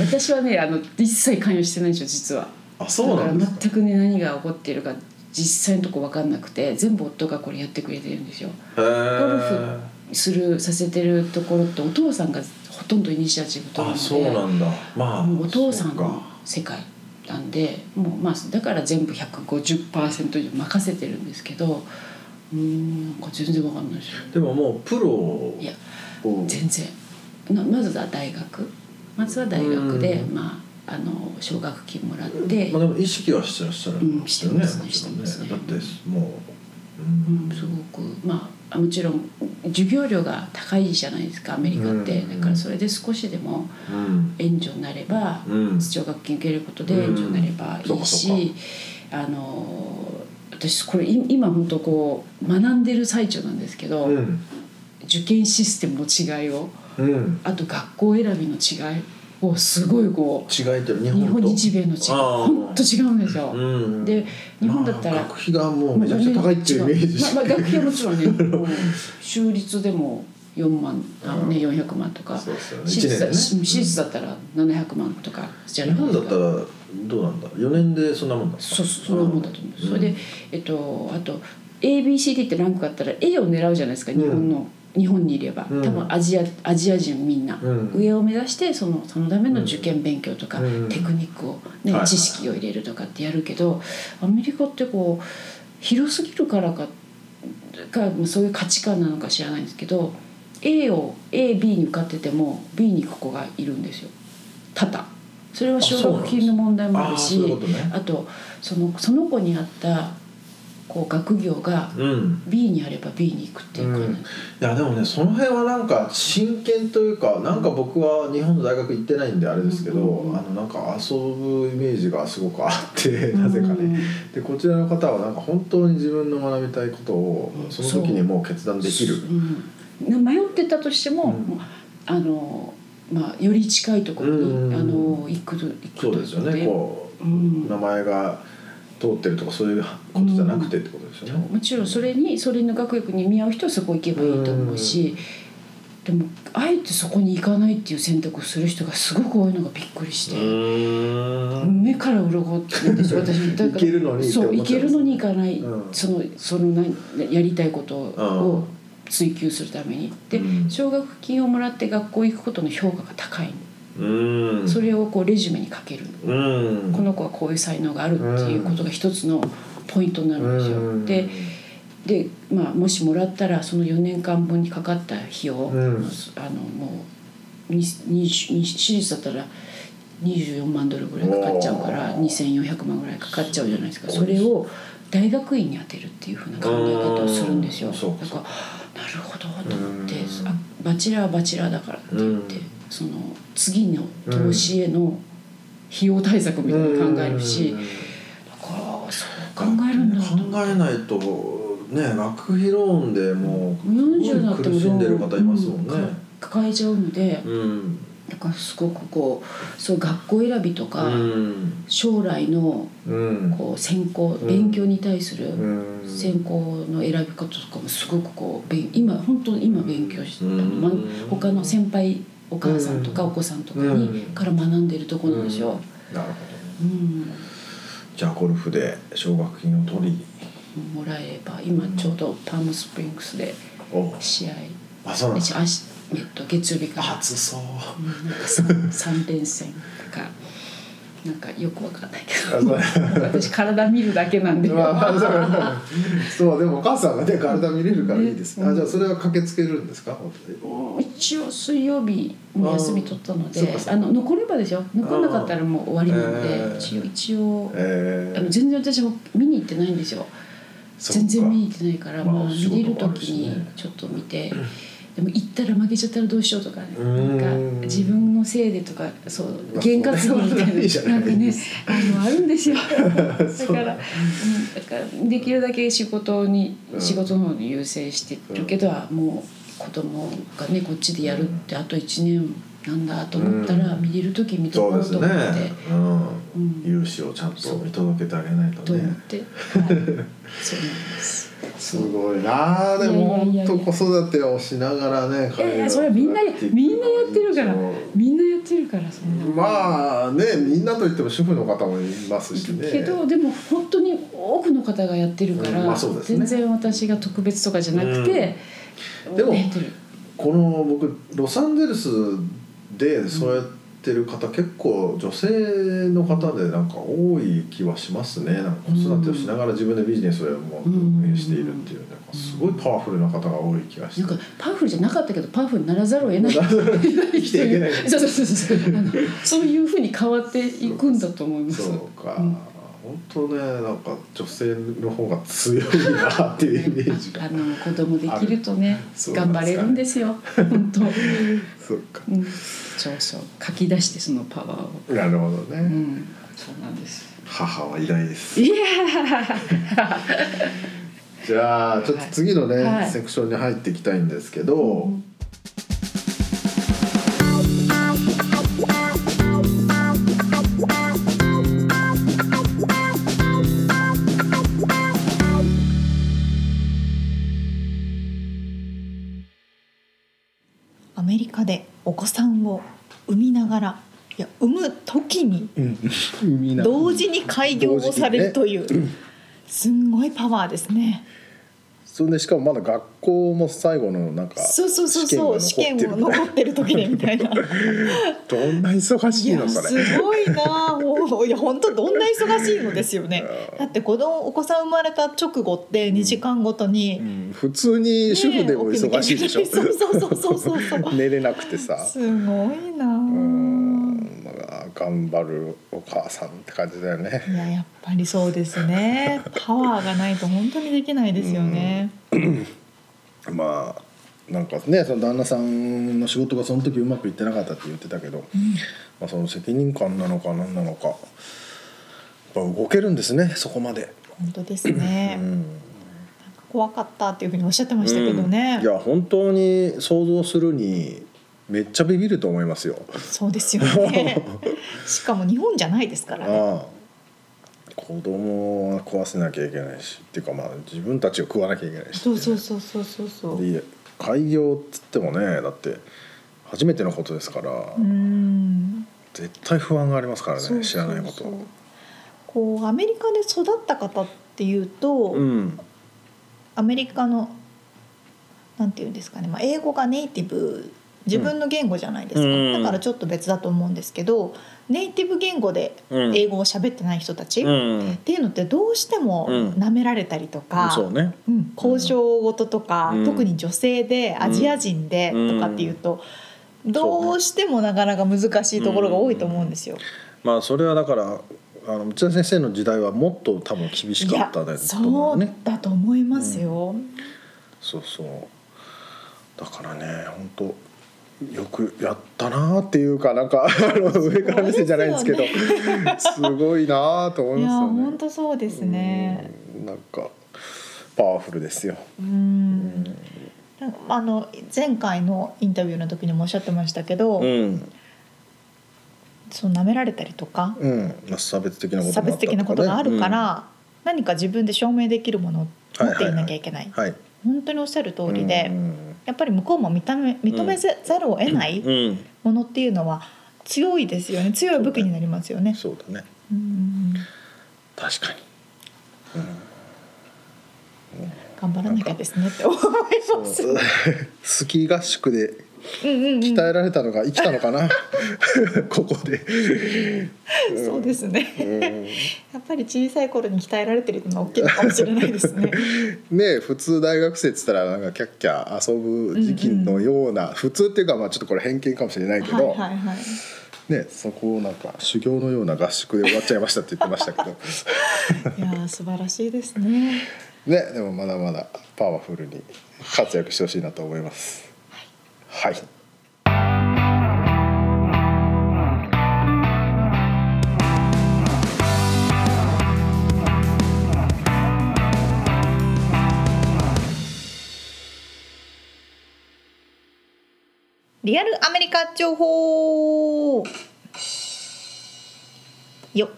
Speaker 3: 私はねあの一切関与してないんですよ実は
Speaker 2: あそうなんで
Speaker 3: だ
Speaker 2: す
Speaker 3: か
Speaker 2: か
Speaker 3: ら全くね何が起こっているか実際のとこ分かんなくて全部夫がこれやってくれてるんですよ
Speaker 2: ゴ
Speaker 3: ゴルフするさせてるところってお父さんがほとんどイニシアチブ取るの
Speaker 2: あ
Speaker 3: で
Speaker 2: そうなんだまあ
Speaker 3: もうお父さん
Speaker 2: そう
Speaker 3: の
Speaker 2: か
Speaker 3: 世界なんでもう、まあ、だから全部150%以上任せてるんですけどうーんなんか全然わかんないですよ
Speaker 2: でももうプロを
Speaker 3: いや全然なまずは大学まずは大学で、
Speaker 2: うん
Speaker 3: まあ、あの奨学金もらって、
Speaker 2: まあ、でも意識はしてらっしゃるんですよね,
Speaker 3: うん
Speaker 2: も
Speaker 3: してます
Speaker 2: ちろ
Speaker 3: ね
Speaker 2: んね、
Speaker 3: してますね
Speaker 2: だってもう、
Speaker 3: うん、すごくまあもちろん授業料が高いじゃないですかアメリカって、
Speaker 2: うん
Speaker 3: だからそれで少しでも
Speaker 2: うん
Speaker 3: 援助になれば、
Speaker 2: うん
Speaker 3: 奨学金受けることで援助になればいいし、
Speaker 2: うん
Speaker 3: あの私これい今本当こう学んでる最中なんですけど、
Speaker 2: うん
Speaker 3: 受験システムの違いを
Speaker 2: うん
Speaker 3: あと学校選びの違いおすごいこう
Speaker 2: 違いって日
Speaker 3: 日
Speaker 2: 本
Speaker 3: 本
Speaker 2: と
Speaker 3: 日米の違い
Speaker 2: あー
Speaker 3: 本当違うんですよ、
Speaker 2: うん
Speaker 3: で日本だったら、
Speaker 2: まあ学費がもうめちゃくちゃ高いっていうイメージし
Speaker 3: まあ
Speaker 2: か
Speaker 3: まあ学費はもちろんねもう州立でも4万あの、ね、400万とか
Speaker 2: そうですよね
Speaker 3: 私立だ
Speaker 2: 一
Speaker 3: 私
Speaker 2: 年ね
Speaker 3: 立だったら700万とかじゃ
Speaker 2: 日
Speaker 3: ないで
Speaker 2: 本だ
Speaker 3: す
Speaker 2: った
Speaker 3: から
Speaker 2: どうなんだ4年でそんなもんだ
Speaker 3: そうそうそんなもんだと思う、
Speaker 2: ん
Speaker 3: それで、えっと、あと ABCD ってランクがあったら A を狙うじゃないですか日本の、日本にいれば
Speaker 2: うん
Speaker 3: 多分アジアアジア人みんな、
Speaker 2: うん
Speaker 3: 上を目指してそのそのための受験勉強とか、
Speaker 2: うん
Speaker 3: テクニックを、ね
Speaker 2: はい
Speaker 3: 知識を入れるとかってやるけどアメリカってこう広すぎるからかかまあそういう価値観なのか知らないんですけど A を AB に受かってても B に行く子がいるんですよ多々。それは奨学金の問題もあるし
Speaker 2: あそうなんですね
Speaker 3: あとそのその子に合ったこう学業が
Speaker 2: うん、
Speaker 3: B にあれば B に行くっていう
Speaker 2: う
Speaker 3: 感
Speaker 2: ん、
Speaker 3: じ
Speaker 2: い、やでもねその辺はなんか真剣というかなんか僕は日本の大学行ってないんであれですけど、
Speaker 3: うん
Speaker 2: あのなんか遊ぶイメージがすごくあって、なぜか
Speaker 3: うん
Speaker 2: ねでこちらの方はなんか本当に自分の学びたいことをその時にもう決断できる
Speaker 3: うん、迷ってたとしても、
Speaker 2: うん
Speaker 3: もうあのまあより近いところに、
Speaker 2: うん
Speaker 3: あの行くと行く
Speaker 2: そうですよねこ
Speaker 3: う、
Speaker 2: うん名、前が通ってるとかそういうことじゃなくてってことですよね、
Speaker 3: もちろんそれにそれの学力に見合う人はそこ行けばいいと思うし、でもあえてそこに行かないっていう選択をする人がすごく多いのがびっくりして。
Speaker 2: うん
Speaker 3: 目から鱗ってですよ私だから
Speaker 2: いけるのにって
Speaker 3: そう
Speaker 2: 思
Speaker 3: い
Speaker 2: っちゃ
Speaker 3: け
Speaker 2: うんですね
Speaker 3: るのに行かない、
Speaker 2: うん
Speaker 3: そのそのなやりたいことを追求するために、で
Speaker 2: うん
Speaker 3: 奨学金をもらって学校行くことの評価が高い、
Speaker 2: うん
Speaker 3: それをこうレジュメにかける、
Speaker 2: うん
Speaker 3: この子はこういう才能があるっていうことが一つのポイントになるんですよ、
Speaker 2: うん
Speaker 3: でで、まあ、もしもらったらその4年間分にかかった費用、
Speaker 2: ん
Speaker 3: あのもうに20私立だったら24万ドルぐらいかかっちゃうから
Speaker 2: おー
Speaker 3: 2400万ぐらいかかっちゃうじゃないですか
Speaker 2: すご
Speaker 3: そ
Speaker 2: いです
Speaker 3: れを大学院に当てるっていうふうな考え方をするんですよ
Speaker 2: う
Speaker 3: だ
Speaker 2: ん
Speaker 3: か
Speaker 2: そうから
Speaker 3: なるほどと思って
Speaker 2: うん
Speaker 3: あバチェラーはバチェラーだからって言って
Speaker 2: うん
Speaker 3: その次の投資への費用対策みたいなの考えるし
Speaker 2: うん
Speaker 3: だからそう考えるんだと思って
Speaker 2: 考えないとね学費ローンでもう
Speaker 3: 40になっても
Speaker 2: 苦しんでる方いますもんね
Speaker 3: うん抱えちゃうので
Speaker 2: うん
Speaker 3: だからすごくこうそういう学校選びと
Speaker 2: う
Speaker 3: か、
Speaker 2: ん
Speaker 3: 将来の
Speaker 2: うん
Speaker 3: こう専攻
Speaker 2: うん
Speaker 3: 勉強に対す
Speaker 2: う
Speaker 3: る
Speaker 2: ん
Speaker 3: 専攻の選び方とかもすごくこう勉今本当に今勉強して、
Speaker 2: うん
Speaker 3: あのま他の先輩お母さんとかお子さんとかに、
Speaker 2: うん
Speaker 3: から学んでるところなんですよ。
Speaker 2: なるほど
Speaker 3: うん
Speaker 2: じゃあゴルフで奨学金を取り
Speaker 3: もらえれば今ちょうどパームスプリングスで
Speaker 2: お
Speaker 3: 試合、
Speaker 2: あそうなん
Speaker 3: え
Speaker 2: で
Speaker 3: し
Speaker 2: す
Speaker 3: あしえっと、月曜日から
Speaker 2: 暑そう
Speaker 3: うんなんか三三連戦かなんかよくわかんないけど私体見るだけなんで、
Speaker 2: まあそうか そうでもお母さんがね体見れるからいいですね
Speaker 3: うん
Speaker 2: あじゃあそれは駆けつけるんですか
Speaker 3: 一応水曜日も休み取ったの
Speaker 2: あーそっ
Speaker 3: で
Speaker 2: かそっ
Speaker 3: あ
Speaker 2: か
Speaker 3: の残ればですよ残んなかったらもう終わりなんで、
Speaker 2: あーえー
Speaker 3: 一応一応、
Speaker 2: え
Speaker 3: でも
Speaker 2: ー
Speaker 3: 全然私も見に行ってないんですよ
Speaker 2: そっか
Speaker 3: 全然見に行ってないから、
Speaker 2: まあ
Speaker 3: まあ、
Speaker 2: 仕事
Speaker 3: 見れ
Speaker 2: も
Speaker 3: る
Speaker 2: あるし
Speaker 3: 時
Speaker 2: ね
Speaker 3: にちょっと見 て、でも行ったら負けちゃったらどうしようとかね
Speaker 2: うーん
Speaker 3: なんか自分のせいでとかそう
Speaker 2: まあ
Speaker 3: 験担ぎみたい
Speaker 2: それはいいじゃ
Speaker 3: な
Speaker 2: ない
Speaker 3: なんかねあのある んですよだ
Speaker 2: そう
Speaker 3: からうんだからできるだけ仕事に、
Speaker 2: うん
Speaker 3: 仕事の方に優先してるけど、もう子供がねこっちでやるってあと1年なんだと思ったら、
Speaker 2: うん
Speaker 3: 見れる時見と
Speaker 2: そ
Speaker 3: こ
Speaker 2: うで
Speaker 3: うと
Speaker 2: す
Speaker 3: 思
Speaker 2: ね
Speaker 3: って。
Speaker 2: う
Speaker 3: うん
Speaker 2: ん融資をちゃんと見届けてあげないと
Speaker 3: と思
Speaker 2: ね
Speaker 3: って、はい、そうなんです。
Speaker 2: すごいなあでも本
Speaker 3: いやいやいやいや
Speaker 2: 当子育てをしながらね
Speaker 3: いやいやそれはみんなみんなやってるからみんなやってるからそんな、
Speaker 2: まあねみんなといっても主婦の方もいますしね
Speaker 3: けどでも本当に多くの方がやってるから、
Speaker 2: うんまあそうですね
Speaker 3: 全然私が特別とかじゃなくて、
Speaker 2: うんでも
Speaker 3: やってる
Speaker 2: この僕ロサンゼルスでそうやってる方、結構女性の方でなんか多い気はしますねなんか子育てをしながら自分でビジネスをもう運営しているっていう、なんかすごいパワフルな方が多い気がして、
Speaker 3: なんかパワフルじゃなかったけどパワフルにならざる を得ない生
Speaker 2: きていけない
Speaker 3: そうそうそうそうあのそういうふうに変わっていくんだと思います
Speaker 2: そうか、
Speaker 3: うん
Speaker 2: 本当ねなんか女性の方が強いなっていうイメージ
Speaker 3: あ
Speaker 2: が
Speaker 3: の子供できるとね
Speaker 2: そうなんですか
Speaker 3: 頑
Speaker 2: ね
Speaker 3: 張れるんですよ本当、うん、
Speaker 2: そうか
Speaker 3: そうそう書き出してそのパワーを
Speaker 2: なるほどね、
Speaker 3: うんそうなんです
Speaker 2: 母は偉大です
Speaker 3: いや
Speaker 2: じゃあちょっと次のね、
Speaker 3: はい
Speaker 2: セクションに入っていきたいんですけど、
Speaker 3: ん
Speaker 1: お子さんを産みながらいや産む時に
Speaker 2: みんな
Speaker 1: 同時に開業をされるというすんごいパワーですね。
Speaker 2: それでしかもまだ学校も最後のなんか
Speaker 1: そうそうそうそう試験
Speaker 2: が
Speaker 1: を
Speaker 2: 残ってるみた
Speaker 1: 残っ
Speaker 2: い
Speaker 1: てる時でみたいな。
Speaker 2: などんな忙し
Speaker 1: い
Speaker 2: いの
Speaker 1: や
Speaker 2: それ
Speaker 1: すごいなあもういや本当どんな忙しいのですよねだって子供お子さん生まれた直後って2時間ごとに、
Speaker 2: う
Speaker 1: ね
Speaker 2: ん普通に主婦でも忙しいでしょ
Speaker 1: そうそうそうそうそうそう
Speaker 2: 寝れなくてさ
Speaker 1: すごいなあ
Speaker 2: うんだから頑張るお母さんって感じだよね
Speaker 1: いややっぱりそうですねパワーがないと本当にできないですよね、
Speaker 2: まあなんかねその旦那さんの仕事がその時うまくいってなかったって言ってたけど、まあ、その責任感なのか何なのかやっぱ動けるんですねそこまで。
Speaker 1: 本当ですね、
Speaker 2: う
Speaker 1: なんか
Speaker 2: ん
Speaker 1: 怖かったっていうふうにおっしゃってましたけどね、
Speaker 2: うんいや本当に想像するにめっちゃビビると思いますよ。
Speaker 1: そうですよ ねしかも日本じゃないですからね
Speaker 2: ああ子供は壊せなきゃいけないしっていうかまあ自分たちを食わなきゃいけないし
Speaker 1: そうそうそうそうそうそう
Speaker 2: で開業っつってもねだって初めてのことですから、
Speaker 1: うん
Speaker 2: 絶対不安がありますからね
Speaker 1: そうそうそう
Speaker 2: 知らないことは。
Speaker 1: こうアメリカで育った方っていうと、
Speaker 2: うん
Speaker 1: アメリカのなんていうんですかね、まあ、英語がネイティブ自分の言語じゃないですか、
Speaker 2: うん
Speaker 1: だからちょっと別だと思うんですけどネイティブ言語で
Speaker 2: うん
Speaker 1: 英語を喋ってない人たち、
Speaker 2: う
Speaker 1: っ
Speaker 2: ん
Speaker 1: ていうのってどうしても
Speaker 2: うん
Speaker 1: 舐められたりとか、
Speaker 2: そうね
Speaker 1: うん交渉事とか、
Speaker 2: うん
Speaker 1: 特に女性でアジア人でとかっていうと、どうしてもなかなか難しいところが多いと思うんですよ。
Speaker 2: まあそれはだからあの内田先生の時代はもっと多分厳し
Speaker 1: い
Speaker 2: か
Speaker 1: や
Speaker 2: ったですと
Speaker 1: そ
Speaker 2: 思
Speaker 1: うう
Speaker 2: ね
Speaker 1: だと思いますよ。
Speaker 2: そうそうだからね本当よくやったなっていうかなんかあの上から目線じゃないんですけど
Speaker 1: す
Speaker 2: すごいなと思
Speaker 1: い
Speaker 2: い
Speaker 1: や
Speaker 2: ますよね。
Speaker 1: 本当そうですね。
Speaker 2: うんなんかパワフルですよ。
Speaker 1: う
Speaker 2: うん
Speaker 1: ん。なんかあの前回のインタビューの時にもおっしゃってましたけど、
Speaker 2: うん
Speaker 1: その舐められたりとか
Speaker 2: うんまあ、差別的なこと
Speaker 1: 差
Speaker 2: があったとかね
Speaker 1: 別的なことがあるか、ら、何か自分で証明できるものを持っていなきゃいけない。
Speaker 2: うんはい
Speaker 1: 本当におっしゃる通りで、
Speaker 2: うん
Speaker 1: やっぱり向こうも認め認めざるを得ない
Speaker 2: うん
Speaker 1: ものっていうのは強いですよね。強い武器になりますよね。
Speaker 2: そうだね
Speaker 1: うん。
Speaker 2: 確かに
Speaker 1: 頑張らなきゃですねって思います。
Speaker 2: そうスキー合宿で
Speaker 1: うんうんうん。
Speaker 2: 鍛えられたのが生きたのかな ここで
Speaker 1: そうですね。
Speaker 2: うん
Speaker 1: やっぱり小さい頃に鍛えられてるのは大きいのかもしれないですね。
Speaker 2: ね普通大学生っつったらなんかキャッキャ遊ぶ時期のような、普通っていうかまあちょっとこれ偏見かもしれ ないけど、
Speaker 1: はいはいはい。
Speaker 2: ね、そこをなんか修行のような合宿で終わっちゃいましたって言ってました けど
Speaker 1: いやー素晴らしいですね。
Speaker 2: ねでもまだまだパワフルに活躍してほしいなと思います。はい、
Speaker 1: リアルアメリカ情報よ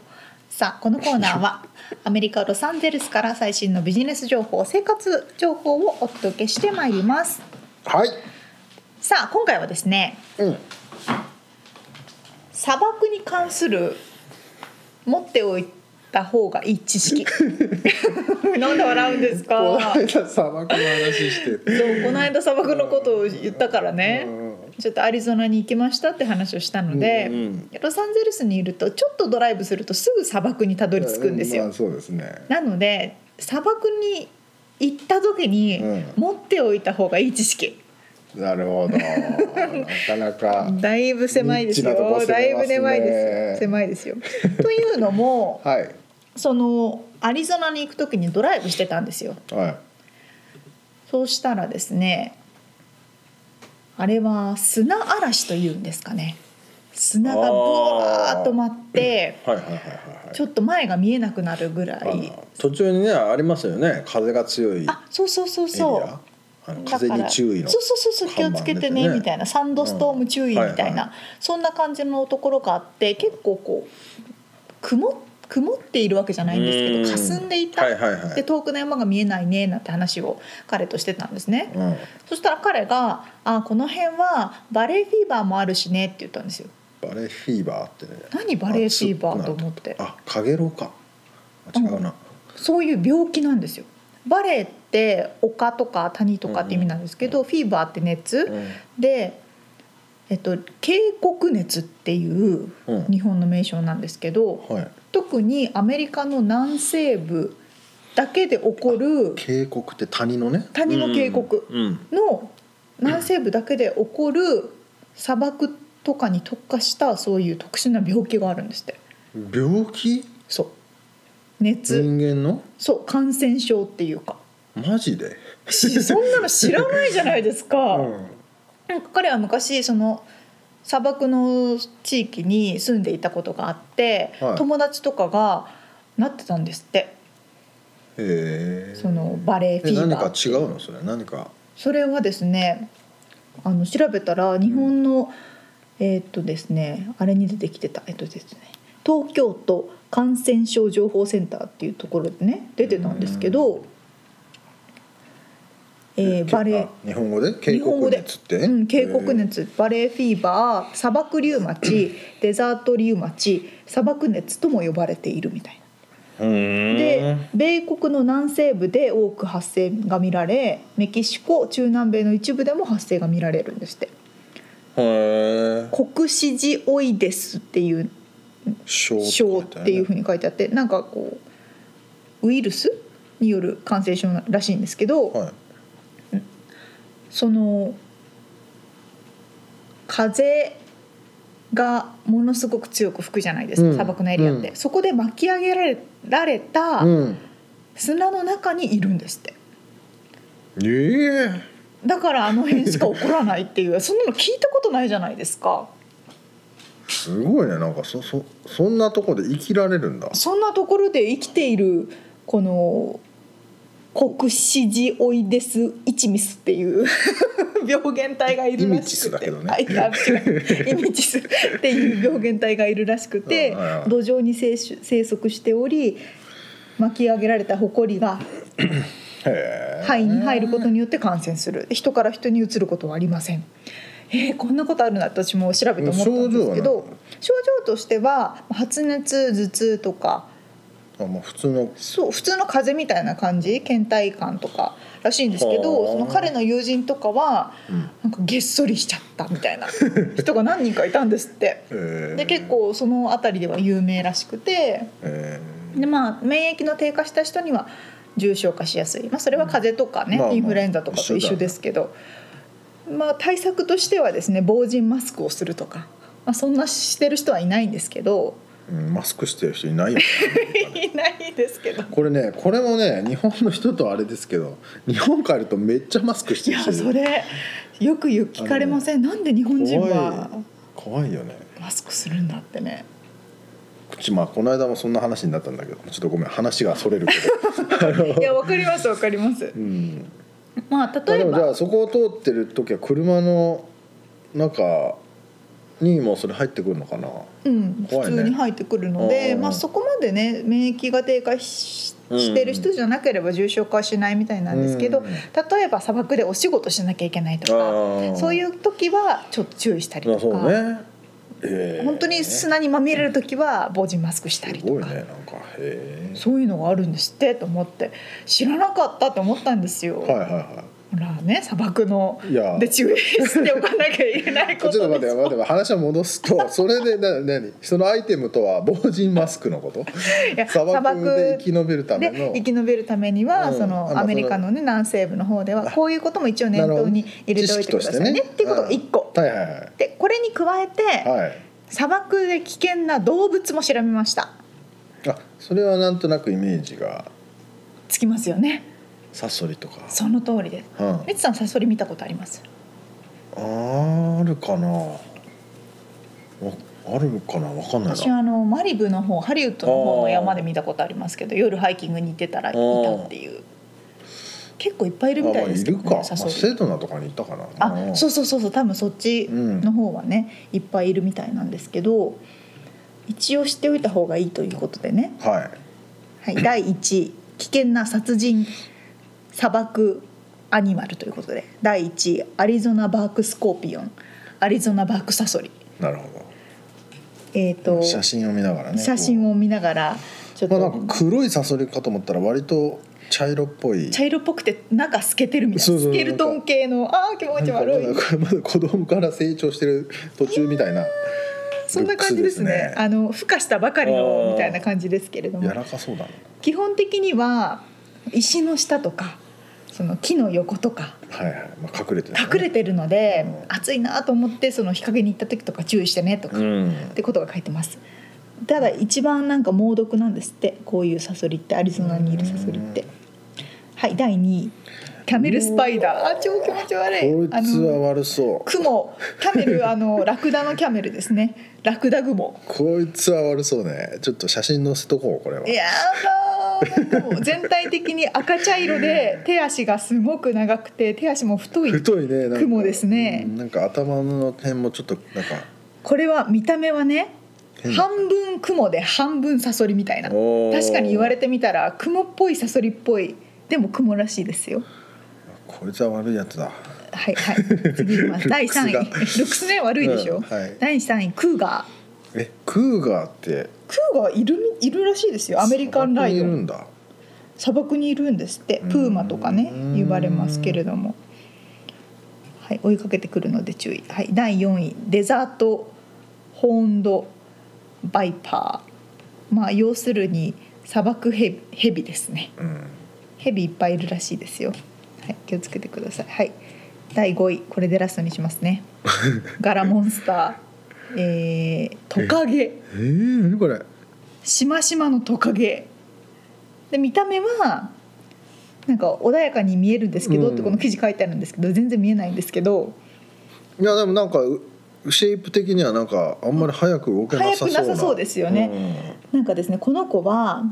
Speaker 1: さあこのコーナー はアメリカ・ロサンゼルスから最新のビジネス情報生活情報をお届けしてまいります
Speaker 2: はい
Speaker 1: さあ今回はですね
Speaker 2: うん、
Speaker 1: 砂漠に関する持っておいた方がいい知 識なんで笑うんです
Speaker 2: この
Speaker 1: か
Speaker 2: 間砂漠の話してて、
Speaker 1: そうこの間砂漠のことを言ったからね
Speaker 2: うん
Speaker 1: ちょっとアリゾナに行きましたって話をしたので、
Speaker 2: うんうん
Speaker 1: ロサンゼルスにいるとちょっとドライブするとすぐ砂漠にたどり着くんですよ。
Speaker 2: まあ、そうですね
Speaker 1: なので砂漠に行った時に
Speaker 2: うん
Speaker 1: 持っておいた方がいい知識、
Speaker 2: なるほどなか なか
Speaker 1: だいぶ狭いですよ
Speaker 2: ニッチなとこ攻めますね
Speaker 1: だいぶ狭いですよ狭いですよ。というのも
Speaker 2: はい
Speaker 1: そのアリゾナに行く時にドライブしてたんですよ。
Speaker 2: は
Speaker 1: そうしたらですねあれは砂嵐というんですかね砂がブワーッと舞って
Speaker 2: いはいはいはいはいはい
Speaker 1: ちょっと前が見えなくなるぐら
Speaker 2: あ
Speaker 1: い
Speaker 2: の途中にねありますよね風が強いエリ
Speaker 1: あそうそうそうそう
Speaker 2: アあの
Speaker 1: だか
Speaker 2: 風
Speaker 1: ら
Speaker 2: に注意の
Speaker 1: そうそうそうそう気をつけてね
Speaker 2: 看板出てね
Speaker 1: みたいなサンドストーム注意みたいな、
Speaker 2: うんはいは
Speaker 1: そんな感じのところがあって結構こう曇曇っているわけじゃないんですけど霞んでいた、
Speaker 2: はいはいはい
Speaker 1: で遠くの山が見えないねなんて話を彼としてたんですね、
Speaker 2: うん、
Speaker 1: そしたら彼が「あこの辺はバレーフィーバーもあるしね」って言ったんですよ
Speaker 2: バレーフィーバーってね
Speaker 1: 何バレーフィーバーと思って
Speaker 2: あかげろうかあ違うな、
Speaker 1: そういう病気なんですよバレーって丘とか谷とかって意味なんですけど、フィーバーって熱、
Speaker 2: う
Speaker 1: で、えっと、渓谷熱っていう
Speaker 2: うん
Speaker 1: 日本の名称なんですけど、
Speaker 2: ん、はい
Speaker 1: 特にアメリカの南西部だけで起こる
Speaker 2: 渓谷って谷のね
Speaker 1: 谷の渓谷
Speaker 2: うんうん
Speaker 1: の南西部だけで起こる砂漠とかに特化したそういう特殊な病気があるんですって
Speaker 2: 病気
Speaker 1: そう熱、
Speaker 2: 人間の
Speaker 1: そう感染症っていう か
Speaker 2: マジで、
Speaker 1: しそんなの知らないじゃないですか。
Speaker 2: うん
Speaker 1: なんか彼は昔その砂漠の地域に住んでいたことがあって、
Speaker 2: はい
Speaker 1: 友達とかがなってたんですって
Speaker 2: へえ
Speaker 1: そのバレーフィ
Speaker 2: え
Speaker 1: ーバー
Speaker 2: 何か違うのそれ何か
Speaker 1: それはですねあの調べたら日本の、えーっとですねあれに出てきてたえっとですね東京都感染症情報センターっていうところでね出てたんですけど、えーバレー
Speaker 2: あ日本語で渓
Speaker 1: 日本語
Speaker 2: 谷
Speaker 1: で
Speaker 2: 熱って、
Speaker 1: うん、渓谷熱バレーフィーバー砂漠リウマチデザートリウマチ砂漠熱とも呼ばれているみたい
Speaker 2: へえ
Speaker 1: な。で
Speaker 2: う
Speaker 1: 米国の南西部で多く発生が見られメキシコ中南米の一部でも発生が見られるんですって
Speaker 2: ーんへえ
Speaker 1: コクシジオイデスっていう
Speaker 2: 小
Speaker 1: 症っていうふうに書いてあってなんかこうウイルスによる感染症らしいんですけど、
Speaker 2: はい
Speaker 1: その風がものすごく強く吹くじゃないですか、
Speaker 2: うん
Speaker 1: 砂漠のエリアって、
Speaker 2: うん
Speaker 1: そこで巻き上げられられた
Speaker 2: うん
Speaker 1: 砂の中にいるんですって
Speaker 2: ええ
Speaker 1: だからあの辺しか起こらないっていう そんなの聞いたことないじゃないですか
Speaker 2: すごいねなんかそそそんなとこで生きられるんだ
Speaker 1: そんなところで生きているこのコクシジオイデス・イチミスっていう 病原体がいるらしくて
Speaker 2: イミチスだけどね
Speaker 1: あいや違うイミチスっていう病原体がいるらしくて
Speaker 2: うんはいはい
Speaker 1: 土壌に生し生息しており巻き上げられたホコリが
Speaker 2: へえ
Speaker 1: 肺に入ることによって感染するで人から人にうつることはありませんえー、こんなことあるなって私も調べて思ったんですけ
Speaker 2: 症状は
Speaker 1: ど
Speaker 2: 何
Speaker 1: 症状としては発熱頭痛とか
Speaker 2: あまあ普通の
Speaker 1: そう普通の風邪みたいな感じ倦怠感とからしいんですけど
Speaker 2: はあ
Speaker 1: その彼の友人とかは、なんかげっそりしちゃったみた いな人が何人かいたんですって
Speaker 2: へえ
Speaker 1: で結構その辺りでは有名らしくて
Speaker 2: へ
Speaker 1: で、まあ、免疫の低下した人には重症化しやすい、まあ、それは風邪とかね、
Speaker 2: まあまあ
Speaker 1: インフルエンザとかと一緒ですけど、まあ、対策としてはですね防塵マスクをするとか、まあ、そんなしてる人はいないんですけ ど
Speaker 2: うんマスクしてる人いないよね
Speaker 1: いないですけど。
Speaker 2: これねこれもね日本の人とあれですけど日本帰るとめっちゃマスクし
Speaker 1: い
Speaker 2: てる
Speaker 1: や
Speaker 2: 人いる
Speaker 1: それよく言う聞かれませんなんで日本人は
Speaker 2: 怖い怖いよね
Speaker 1: マスクするんだって ね
Speaker 2: 口まあこの間もそんな話になったんだけどちょっとごめん話がそれるけ
Speaker 1: いやわかりますわかります
Speaker 2: ど、 うん、
Speaker 1: まあ
Speaker 2: まあ
Speaker 1: 例
Speaker 2: で
Speaker 1: え
Speaker 2: もじゃ
Speaker 1: ば
Speaker 2: あそこを通ってる時は車の中にもそれ入ってくるのかな
Speaker 1: うん、普
Speaker 2: 怖いね
Speaker 1: 通に入ってくるの
Speaker 2: うん
Speaker 1: で、
Speaker 2: うんうん
Speaker 1: まあ、そこまでね免疫が低下し
Speaker 2: うんうん
Speaker 1: してる人じゃなければ重症化はしないみたいなんですけど、
Speaker 2: うんうん
Speaker 1: 例えば砂漠でお仕事しなきゃいけないとかそういうう時はちょっと注意したり
Speaker 2: ま
Speaker 1: と
Speaker 2: あそう
Speaker 1: か、
Speaker 2: ね、えー
Speaker 1: 本当に砂にまみれる時は防塵マスクしたり
Speaker 2: す
Speaker 1: と
Speaker 2: ごい
Speaker 1: か、
Speaker 2: ねなんかへえ
Speaker 1: そういうのがあるんですってと思って知らなかったと思ったんですよ。
Speaker 2: はいはいは
Speaker 1: ほらね砂漠の
Speaker 2: いいや
Speaker 1: で注意しておかなきゃいけない
Speaker 2: ち
Speaker 1: こ
Speaker 2: ょっと
Speaker 1: と
Speaker 2: 待
Speaker 1: で
Speaker 2: って
Speaker 1: す
Speaker 2: 待って話を戻す とそれでな何そのアイテムとは防塵マスクのこと
Speaker 1: いや
Speaker 2: 砂
Speaker 1: 砂
Speaker 2: 漠
Speaker 1: 漠
Speaker 2: で生き延びるため
Speaker 1: で
Speaker 2: の
Speaker 1: 生き延びるためには、
Speaker 2: うん
Speaker 1: そ
Speaker 2: あまあ
Speaker 1: の
Speaker 2: その
Speaker 1: アメリカのね南西部の方ではこういうことも一応念頭に入れておいてくださいね
Speaker 2: なるほど知
Speaker 1: っ
Speaker 2: 識としてね
Speaker 1: ていうことが一個。
Speaker 2: はいはいは
Speaker 1: でこれに加えて、
Speaker 2: いはい
Speaker 1: 砂漠で危険な動物も調べました。
Speaker 2: あそれはなんとなくイメージが
Speaker 1: つきますよね。
Speaker 2: サソリとか
Speaker 1: その通りです。
Speaker 2: うんあ
Speaker 1: みつさんサソリ見たことあります。
Speaker 2: ーあるかなわあるかなわかんない
Speaker 1: 私
Speaker 2: な
Speaker 1: はあのマリブの方ハリウッドの方の山で見たことありますけど夜ハイキングに行ってたらいたっていう結構いっぱいいるみたい
Speaker 2: あまあ
Speaker 1: で
Speaker 2: い
Speaker 1: すけ
Speaker 2: る
Speaker 1: ど、ね
Speaker 2: か、まあ、
Speaker 1: サソリ
Speaker 2: セドナとかにいたかな
Speaker 1: あそううそうそうそう多分そっちの方はね、いっぱいいるみたいなんですけど一応知っておいた方がいいということでね、
Speaker 2: はい
Speaker 1: はい、第1位危険な殺人砂漠アニマルということで第1位アリゾナバークスコーピオンアリゾナバークサソリ
Speaker 2: なるほ
Speaker 1: えっ、と
Speaker 2: ど写真を見ながらね
Speaker 1: 写真
Speaker 2: を
Speaker 1: を見ながらちょっ
Speaker 2: まあな
Speaker 1: と
Speaker 2: んか黒いサソリかと思ったら割と茶色っぽい
Speaker 1: 茶色っぽくて中透けてるみたい
Speaker 2: そう
Speaker 1: な
Speaker 2: そう
Speaker 1: ス
Speaker 2: そう
Speaker 1: ケルトン系のああ気持ち悪い
Speaker 2: なんかまだまだ子供から成長してる途中みたいな
Speaker 1: そんな感じですね
Speaker 2: ルックスですね
Speaker 1: あの孵化したばかり
Speaker 2: あ
Speaker 1: の
Speaker 2: ー
Speaker 1: みたいな感じですけれども
Speaker 2: 柔らかそうだな
Speaker 1: 基本的には石の下とかその木の横とか
Speaker 2: はいはい、まあ、隠れてるね、
Speaker 1: 隠れてるので、
Speaker 2: うん
Speaker 1: 暑いなと思ってその日陰に行った時とか注意してねとか、
Speaker 2: う
Speaker 1: っ
Speaker 2: ん
Speaker 1: てことが書いてますただ一番なんか猛毒なんですってこういうサソリってアリゾナにいるサソリってはい第2位キャメルスパイダーあ超気持ち悪い
Speaker 2: こいつ
Speaker 1: あ
Speaker 2: は
Speaker 1: の
Speaker 2: 悪そう
Speaker 1: 雲キャメルあのラクダのキャメルですねラクダ雲
Speaker 2: こいつは悪そうねちょっと写真載せとこうこれはい
Speaker 1: やだーもう全体的に赤茶色で手足がすごく長くて手足も太い
Speaker 2: 太いねなんか
Speaker 1: 雲ですね
Speaker 2: うんなんか頭の辺もちょっとなんか
Speaker 1: これは見た目はね
Speaker 2: 変だ
Speaker 1: 半分雲で半分サソリみたいな
Speaker 2: おー
Speaker 1: 確かに言われてみたら雲っぽいサソリっぽいでも雲らしいですよ
Speaker 2: こいつは悪いやつだ
Speaker 1: はいはい次行き ます第3位
Speaker 2: ル
Speaker 1: ル
Speaker 2: ック
Speaker 1: ックスね悪いでしょ、
Speaker 2: うんはい
Speaker 1: 第3位クーガー
Speaker 2: えクーガーって
Speaker 1: クーガーいるいるらしいですよアメリカンライオン
Speaker 2: 砂漠にいるんだ
Speaker 1: 砂漠にいるんですってプーマとかね
Speaker 2: うん
Speaker 1: 言われますけれども、はい、追いかけてくるので注意、はい、第4位デザートホーンドバイパーまあ要するに砂漠ヘビヘビですね
Speaker 2: うん
Speaker 1: ヘビいっぱいいるらしいですよ、はい、気をつけてください、はい、第5位これでラストにします ねガラモンスター、えートカゲ
Speaker 2: えー、何これ
Speaker 1: しましまのトカゲで見た目はなんか穏やかに見えるんですけど、
Speaker 2: うん
Speaker 1: ってこの記事書いてあるんですけど全然見えないんですけど
Speaker 2: いやでもなんかうシェイプ的にはなんかあんまり早く動けなさそうな
Speaker 1: 早くなさそうですよね、なんかですねこの子は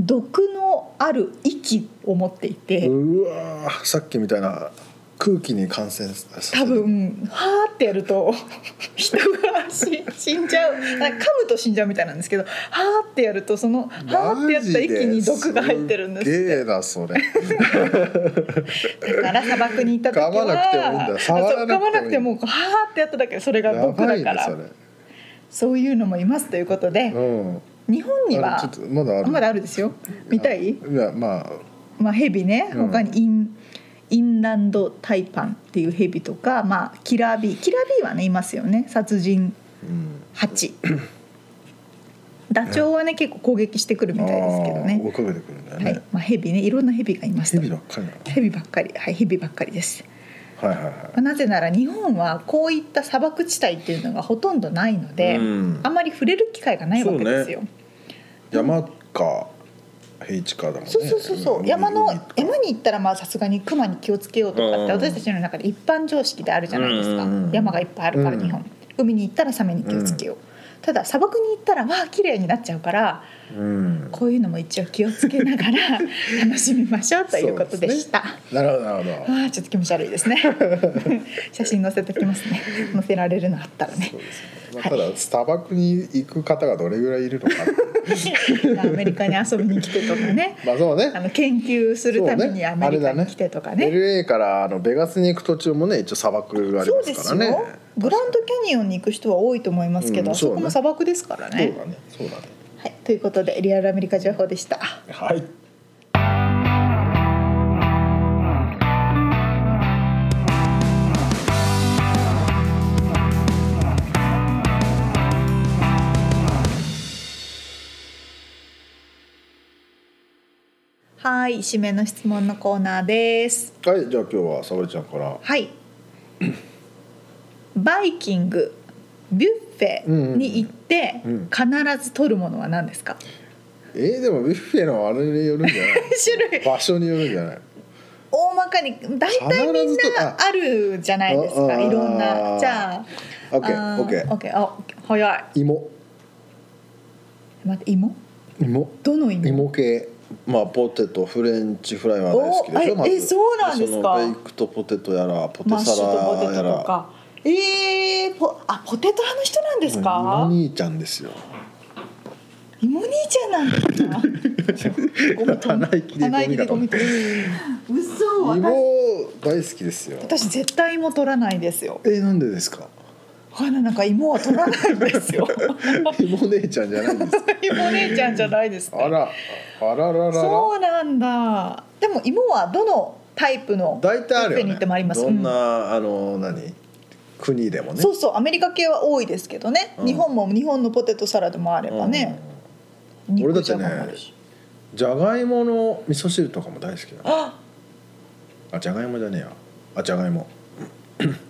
Speaker 1: 毒のある息を持っていて、
Speaker 2: うんうわーさっきみたいな空気に感染させて
Speaker 1: 多分はーってやると人が死死んじゃうなんか噛むと死んじゃうみたいなんですけどはーってやるとそのはーってやった息に毒が入ってるんですって
Speaker 2: マジすっげえなそれ
Speaker 1: だから砂漠に行った時は
Speaker 2: 噛まなくてもいい んだ触らな
Speaker 1: そう
Speaker 2: くてもいい
Speaker 1: 噛まなくてもこうはーってやっただけでそれが
Speaker 2: や
Speaker 1: 毒
Speaker 2: ば
Speaker 1: だ
Speaker 2: い
Speaker 1: か
Speaker 2: ね
Speaker 1: ら
Speaker 2: そ
Speaker 1: そ
Speaker 2: れ
Speaker 1: ういうのもいますということで、
Speaker 2: うん
Speaker 1: 日本には
Speaker 2: あれちょっとまだある
Speaker 1: まだあるですよ見たい
Speaker 2: いやまあ
Speaker 1: まあヘビね
Speaker 2: うん
Speaker 1: 他にイン、インランドタイパンっていうヘビとか、まあ、キラービーキラービーはねいますよね殺人
Speaker 2: うん
Speaker 1: ハチダチョウはね結構攻撃してくるみたいですけど
Speaker 2: あー追
Speaker 1: ね
Speaker 2: いかけてくるんだよ
Speaker 1: は
Speaker 2: ね
Speaker 1: いまあ、ヘビねいろんなヘビがいますと
Speaker 2: ヘビばっかりな
Speaker 1: ヘビばっかりはいヘビばっかりです
Speaker 2: のはいはいは
Speaker 1: まあなぜなら日本はこういった砂漠地帯っていうのがほとんどないので、
Speaker 2: うん
Speaker 1: あんまり触れる機会がないわけですよ。
Speaker 2: い山か平地かだもんね
Speaker 1: そう,、そうそうそう、
Speaker 2: ん
Speaker 1: 山の
Speaker 2: 海か
Speaker 1: 山に行ったらまあさすがに熊に気をつけようとかって
Speaker 2: うん
Speaker 1: 私たちの中で一般常識であるじゃないですか、
Speaker 2: うん
Speaker 1: 山がいっぱいあるから日本、
Speaker 2: う
Speaker 1: 海に行ったらサメに気をつけよう、ただ砂漠に行ったらわあ綺麗になっちゃうから
Speaker 2: うん
Speaker 1: こういうのも一応気をつけながら 楽しみましょうということでした。
Speaker 2: なるほどなるほど
Speaker 1: ああちょっと気持ち悪い ですね写真載せてきますね載せられるのあったらね
Speaker 2: そうですねまあただ砂漠に行く方がどれぐらいいるの か
Speaker 1: アメリカに遊びに来てとかね
Speaker 2: まあそうね
Speaker 1: あの研究するためにアメリカに来てとかね
Speaker 2: LA からあのベガスに行く途中もね一応砂漠があり
Speaker 1: そう
Speaker 2: ま
Speaker 1: ですす
Speaker 2: からね
Speaker 1: よグランドキャニオンに行く人は多いと思いますけど、
Speaker 2: うん
Speaker 1: あそこも砂漠ですからね
Speaker 2: そうだねそうだね
Speaker 1: はい、ということでリアルアメリカ情報でした
Speaker 2: はい
Speaker 1: はい締めの質問のコーナーです
Speaker 2: はいじゃあ今日は沙織ちゃんから
Speaker 1: はい。バイキング、ビュッフェに行って
Speaker 2: うんうん
Speaker 1: 必ず取るものは何ですか？
Speaker 2: えー、でもビュッフェのあれによるんじゃない
Speaker 1: 種類
Speaker 2: 場所によるんじゃない
Speaker 1: 大まかに大体みん
Speaker 2: 必ず取
Speaker 1: な
Speaker 2: あ
Speaker 1: あるじゃないです
Speaker 2: あ
Speaker 1: か。
Speaker 2: あ
Speaker 1: いろんなじゃあ。
Speaker 2: オッケーオッケー
Speaker 1: オッケー。あ、早い。
Speaker 2: 芋
Speaker 1: 待って芋？
Speaker 2: 芋
Speaker 1: どの芋？
Speaker 2: 芋系まあポテトフレンチフライは大好きでしょ
Speaker 1: お
Speaker 2: まず
Speaker 1: ええそうなんですか
Speaker 2: そのベイクとポテトやらポテ
Speaker 1: マッシ
Speaker 2: サ
Speaker 1: ュとポ
Speaker 2: ラ
Speaker 1: テ
Speaker 2: や
Speaker 1: トと
Speaker 2: ら
Speaker 1: か。えー、ポあポテト派の人なんですか？
Speaker 2: お兄ちゃんですよ
Speaker 1: いじゃないですかゴ ミとん
Speaker 2: 鼻息で
Speaker 1: 鼻息で
Speaker 2: ゴ
Speaker 1: ゴ
Speaker 2: ミ
Speaker 1: ミ
Speaker 2: だ
Speaker 1: とん
Speaker 4: 嘘
Speaker 2: 芋
Speaker 4: 私
Speaker 2: 大好 きですよ
Speaker 1: 私絶対芋取らないですよ
Speaker 2: えーなんでですか
Speaker 1: ほらなんか芋は取らないんですよ
Speaker 2: 芋姉ちゃんじゃないんですか
Speaker 1: 芋姉ちゃんじゃないですか
Speaker 2: あらあららら
Speaker 1: そ
Speaker 2: ら
Speaker 1: うなんだでも芋はどのタイプの
Speaker 2: 大体ある
Speaker 1: どこに行っ
Speaker 2: よ
Speaker 1: てもあり
Speaker 2: ね
Speaker 1: ます
Speaker 2: どんなあの何国でもね
Speaker 1: そうそうアメリカ系は多いですけどね、
Speaker 2: うん
Speaker 1: 日本も日本のポテトサラダもあればね、
Speaker 2: 俺
Speaker 1: 肉
Speaker 2: だっ
Speaker 1: じ
Speaker 2: て
Speaker 1: ゃ
Speaker 2: ね
Speaker 1: がもあるし
Speaker 2: じゃがいもの味噌汁とかも大好きだ
Speaker 1: あ
Speaker 2: あじゃがいもじゃねえやあじゃがいも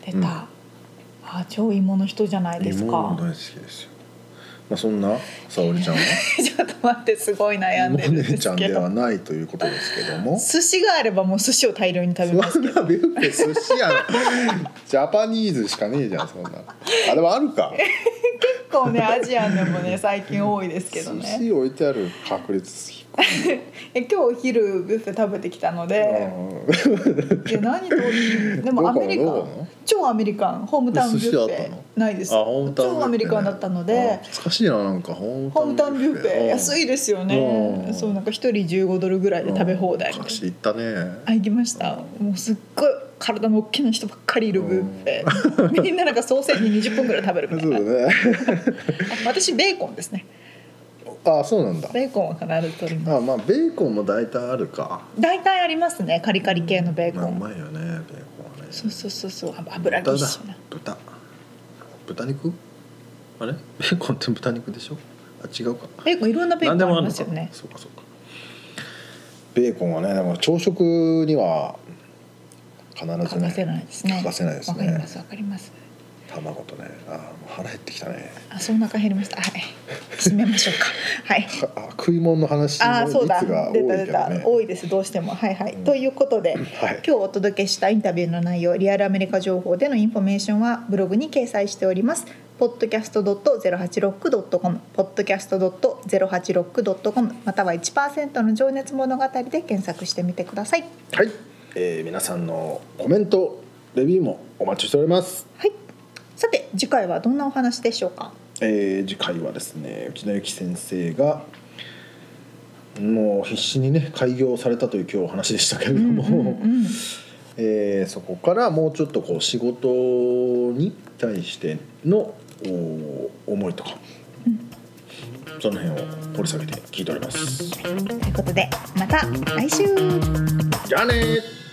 Speaker 1: 出た、
Speaker 2: うん
Speaker 1: あ超芋の人じゃないです
Speaker 2: 芋も
Speaker 1: か
Speaker 2: 大好きですよまあそんな沙織ちゃんは
Speaker 1: ちょっと待ってすごい悩ん
Speaker 2: 芋
Speaker 1: でるんで
Speaker 2: 姉ち
Speaker 1: す
Speaker 2: ゃん
Speaker 1: け
Speaker 2: では
Speaker 1: ど
Speaker 2: ないということですけども
Speaker 1: 寿司があればもう寿司を大量に食べます
Speaker 2: そんなビュッフェ寿司屋のジャパニーズしかねえじゃんそんなあれはあるか
Speaker 1: 結構ねアジアンでもね最近多いですけど
Speaker 2: 寿
Speaker 1: ね
Speaker 2: 司置いてある確率低い
Speaker 1: え今日お昼ビュッフェ食べてきたので、
Speaker 2: うん
Speaker 1: いや何とで
Speaker 2: ど
Speaker 1: も
Speaker 2: こ
Speaker 1: アメリカ
Speaker 2: どこ
Speaker 1: ン超アメリカンホームタウンビュッフ
Speaker 2: 寿司あった
Speaker 1: ェ
Speaker 2: の
Speaker 1: ないです
Speaker 2: あホームタウンビュッフェね
Speaker 1: 超アメリカンだったの
Speaker 2: あ
Speaker 1: で
Speaker 2: 懐かしいななんかホ
Speaker 1: ホームタウンビュッフェ安い
Speaker 2: で
Speaker 1: ですよね
Speaker 2: うん
Speaker 1: そうなんか一人15ドルぐらいで食べ放題みたいな
Speaker 2: 昔行ったね
Speaker 1: あ行きましたもうすっごい体の大きな人ばっかりいるビュッフェみんななんかソーセージ20分ぐらい食べるみた
Speaker 2: そ
Speaker 1: いうな
Speaker 2: だね
Speaker 1: あ私ベーコンですね
Speaker 2: あそうなんだ
Speaker 1: ベーコンは必ず取ります
Speaker 2: あまあベーコンも大体あるか
Speaker 1: 大体ありますねカリカリ系のベー
Speaker 2: まあ
Speaker 1: コ
Speaker 2: う
Speaker 1: ン、
Speaker 2: まいよねベーコンはね
Speaker 1: そうそうそうそうあ油ぎっしょな
Speaker 2: 豚だ豚豚肉あれベーコンって豚肉でしょあ違うか
Speaker 1: ベーコンいろんなベーコンありますよ
Speaker 2: 何でも
Speaker 1: ね
Speaker 2: あるのかそうかそうかベーコンはねだから朝食には必ずね
Speaker 1: 欠かせないですね
Speaker 2: 欠かせないです
Speaker 1: わかりま
Speaker 2: ね
Speaker 1: すわかります
Speaker 2: 卵とねあーもう腹減ってきたね
Speaker 1: あそうお腹減りましたはい締めましょうか はい
Speaker 2: かあ食い物の話
Speaker 1: あ
Speaker 2: の
Speaker 1: ーそう
Speaker 2: 率
Speaker 1: だ
Speaker 2: が多い
Speaker 1: 出
Speaker 2: けど
Speaker 1: た出た
Speaker 2: ね
Speaker 1: 多いですどうしてもはいはい、ということで、
Speaker 2: はい
Speaker 1: 今日お届けしたインタビューの内容リアルアメリカ情報でのインフォメーションはブログに掲載しております podcast.086.com podcast.086.com または1%の情熱物語で検索してみてください
Speaker 2: はい、えー皆さんのコメントレビューもお待ちしております
Speaker 1: はいさて次回はどんなお話でしょうか
Speaker 2: えー次回はですね内野由紀先生がもう必死にね開業されたという今日お話でしたけれども、
Speaker 1: うん
Speaker 2: えーそこからもうちょっとこう仕事に対してのお思いとか、その辺を掘り下げて聞いております。
Speaker 1: ということでまた来週
Speaker 2: じゃあねー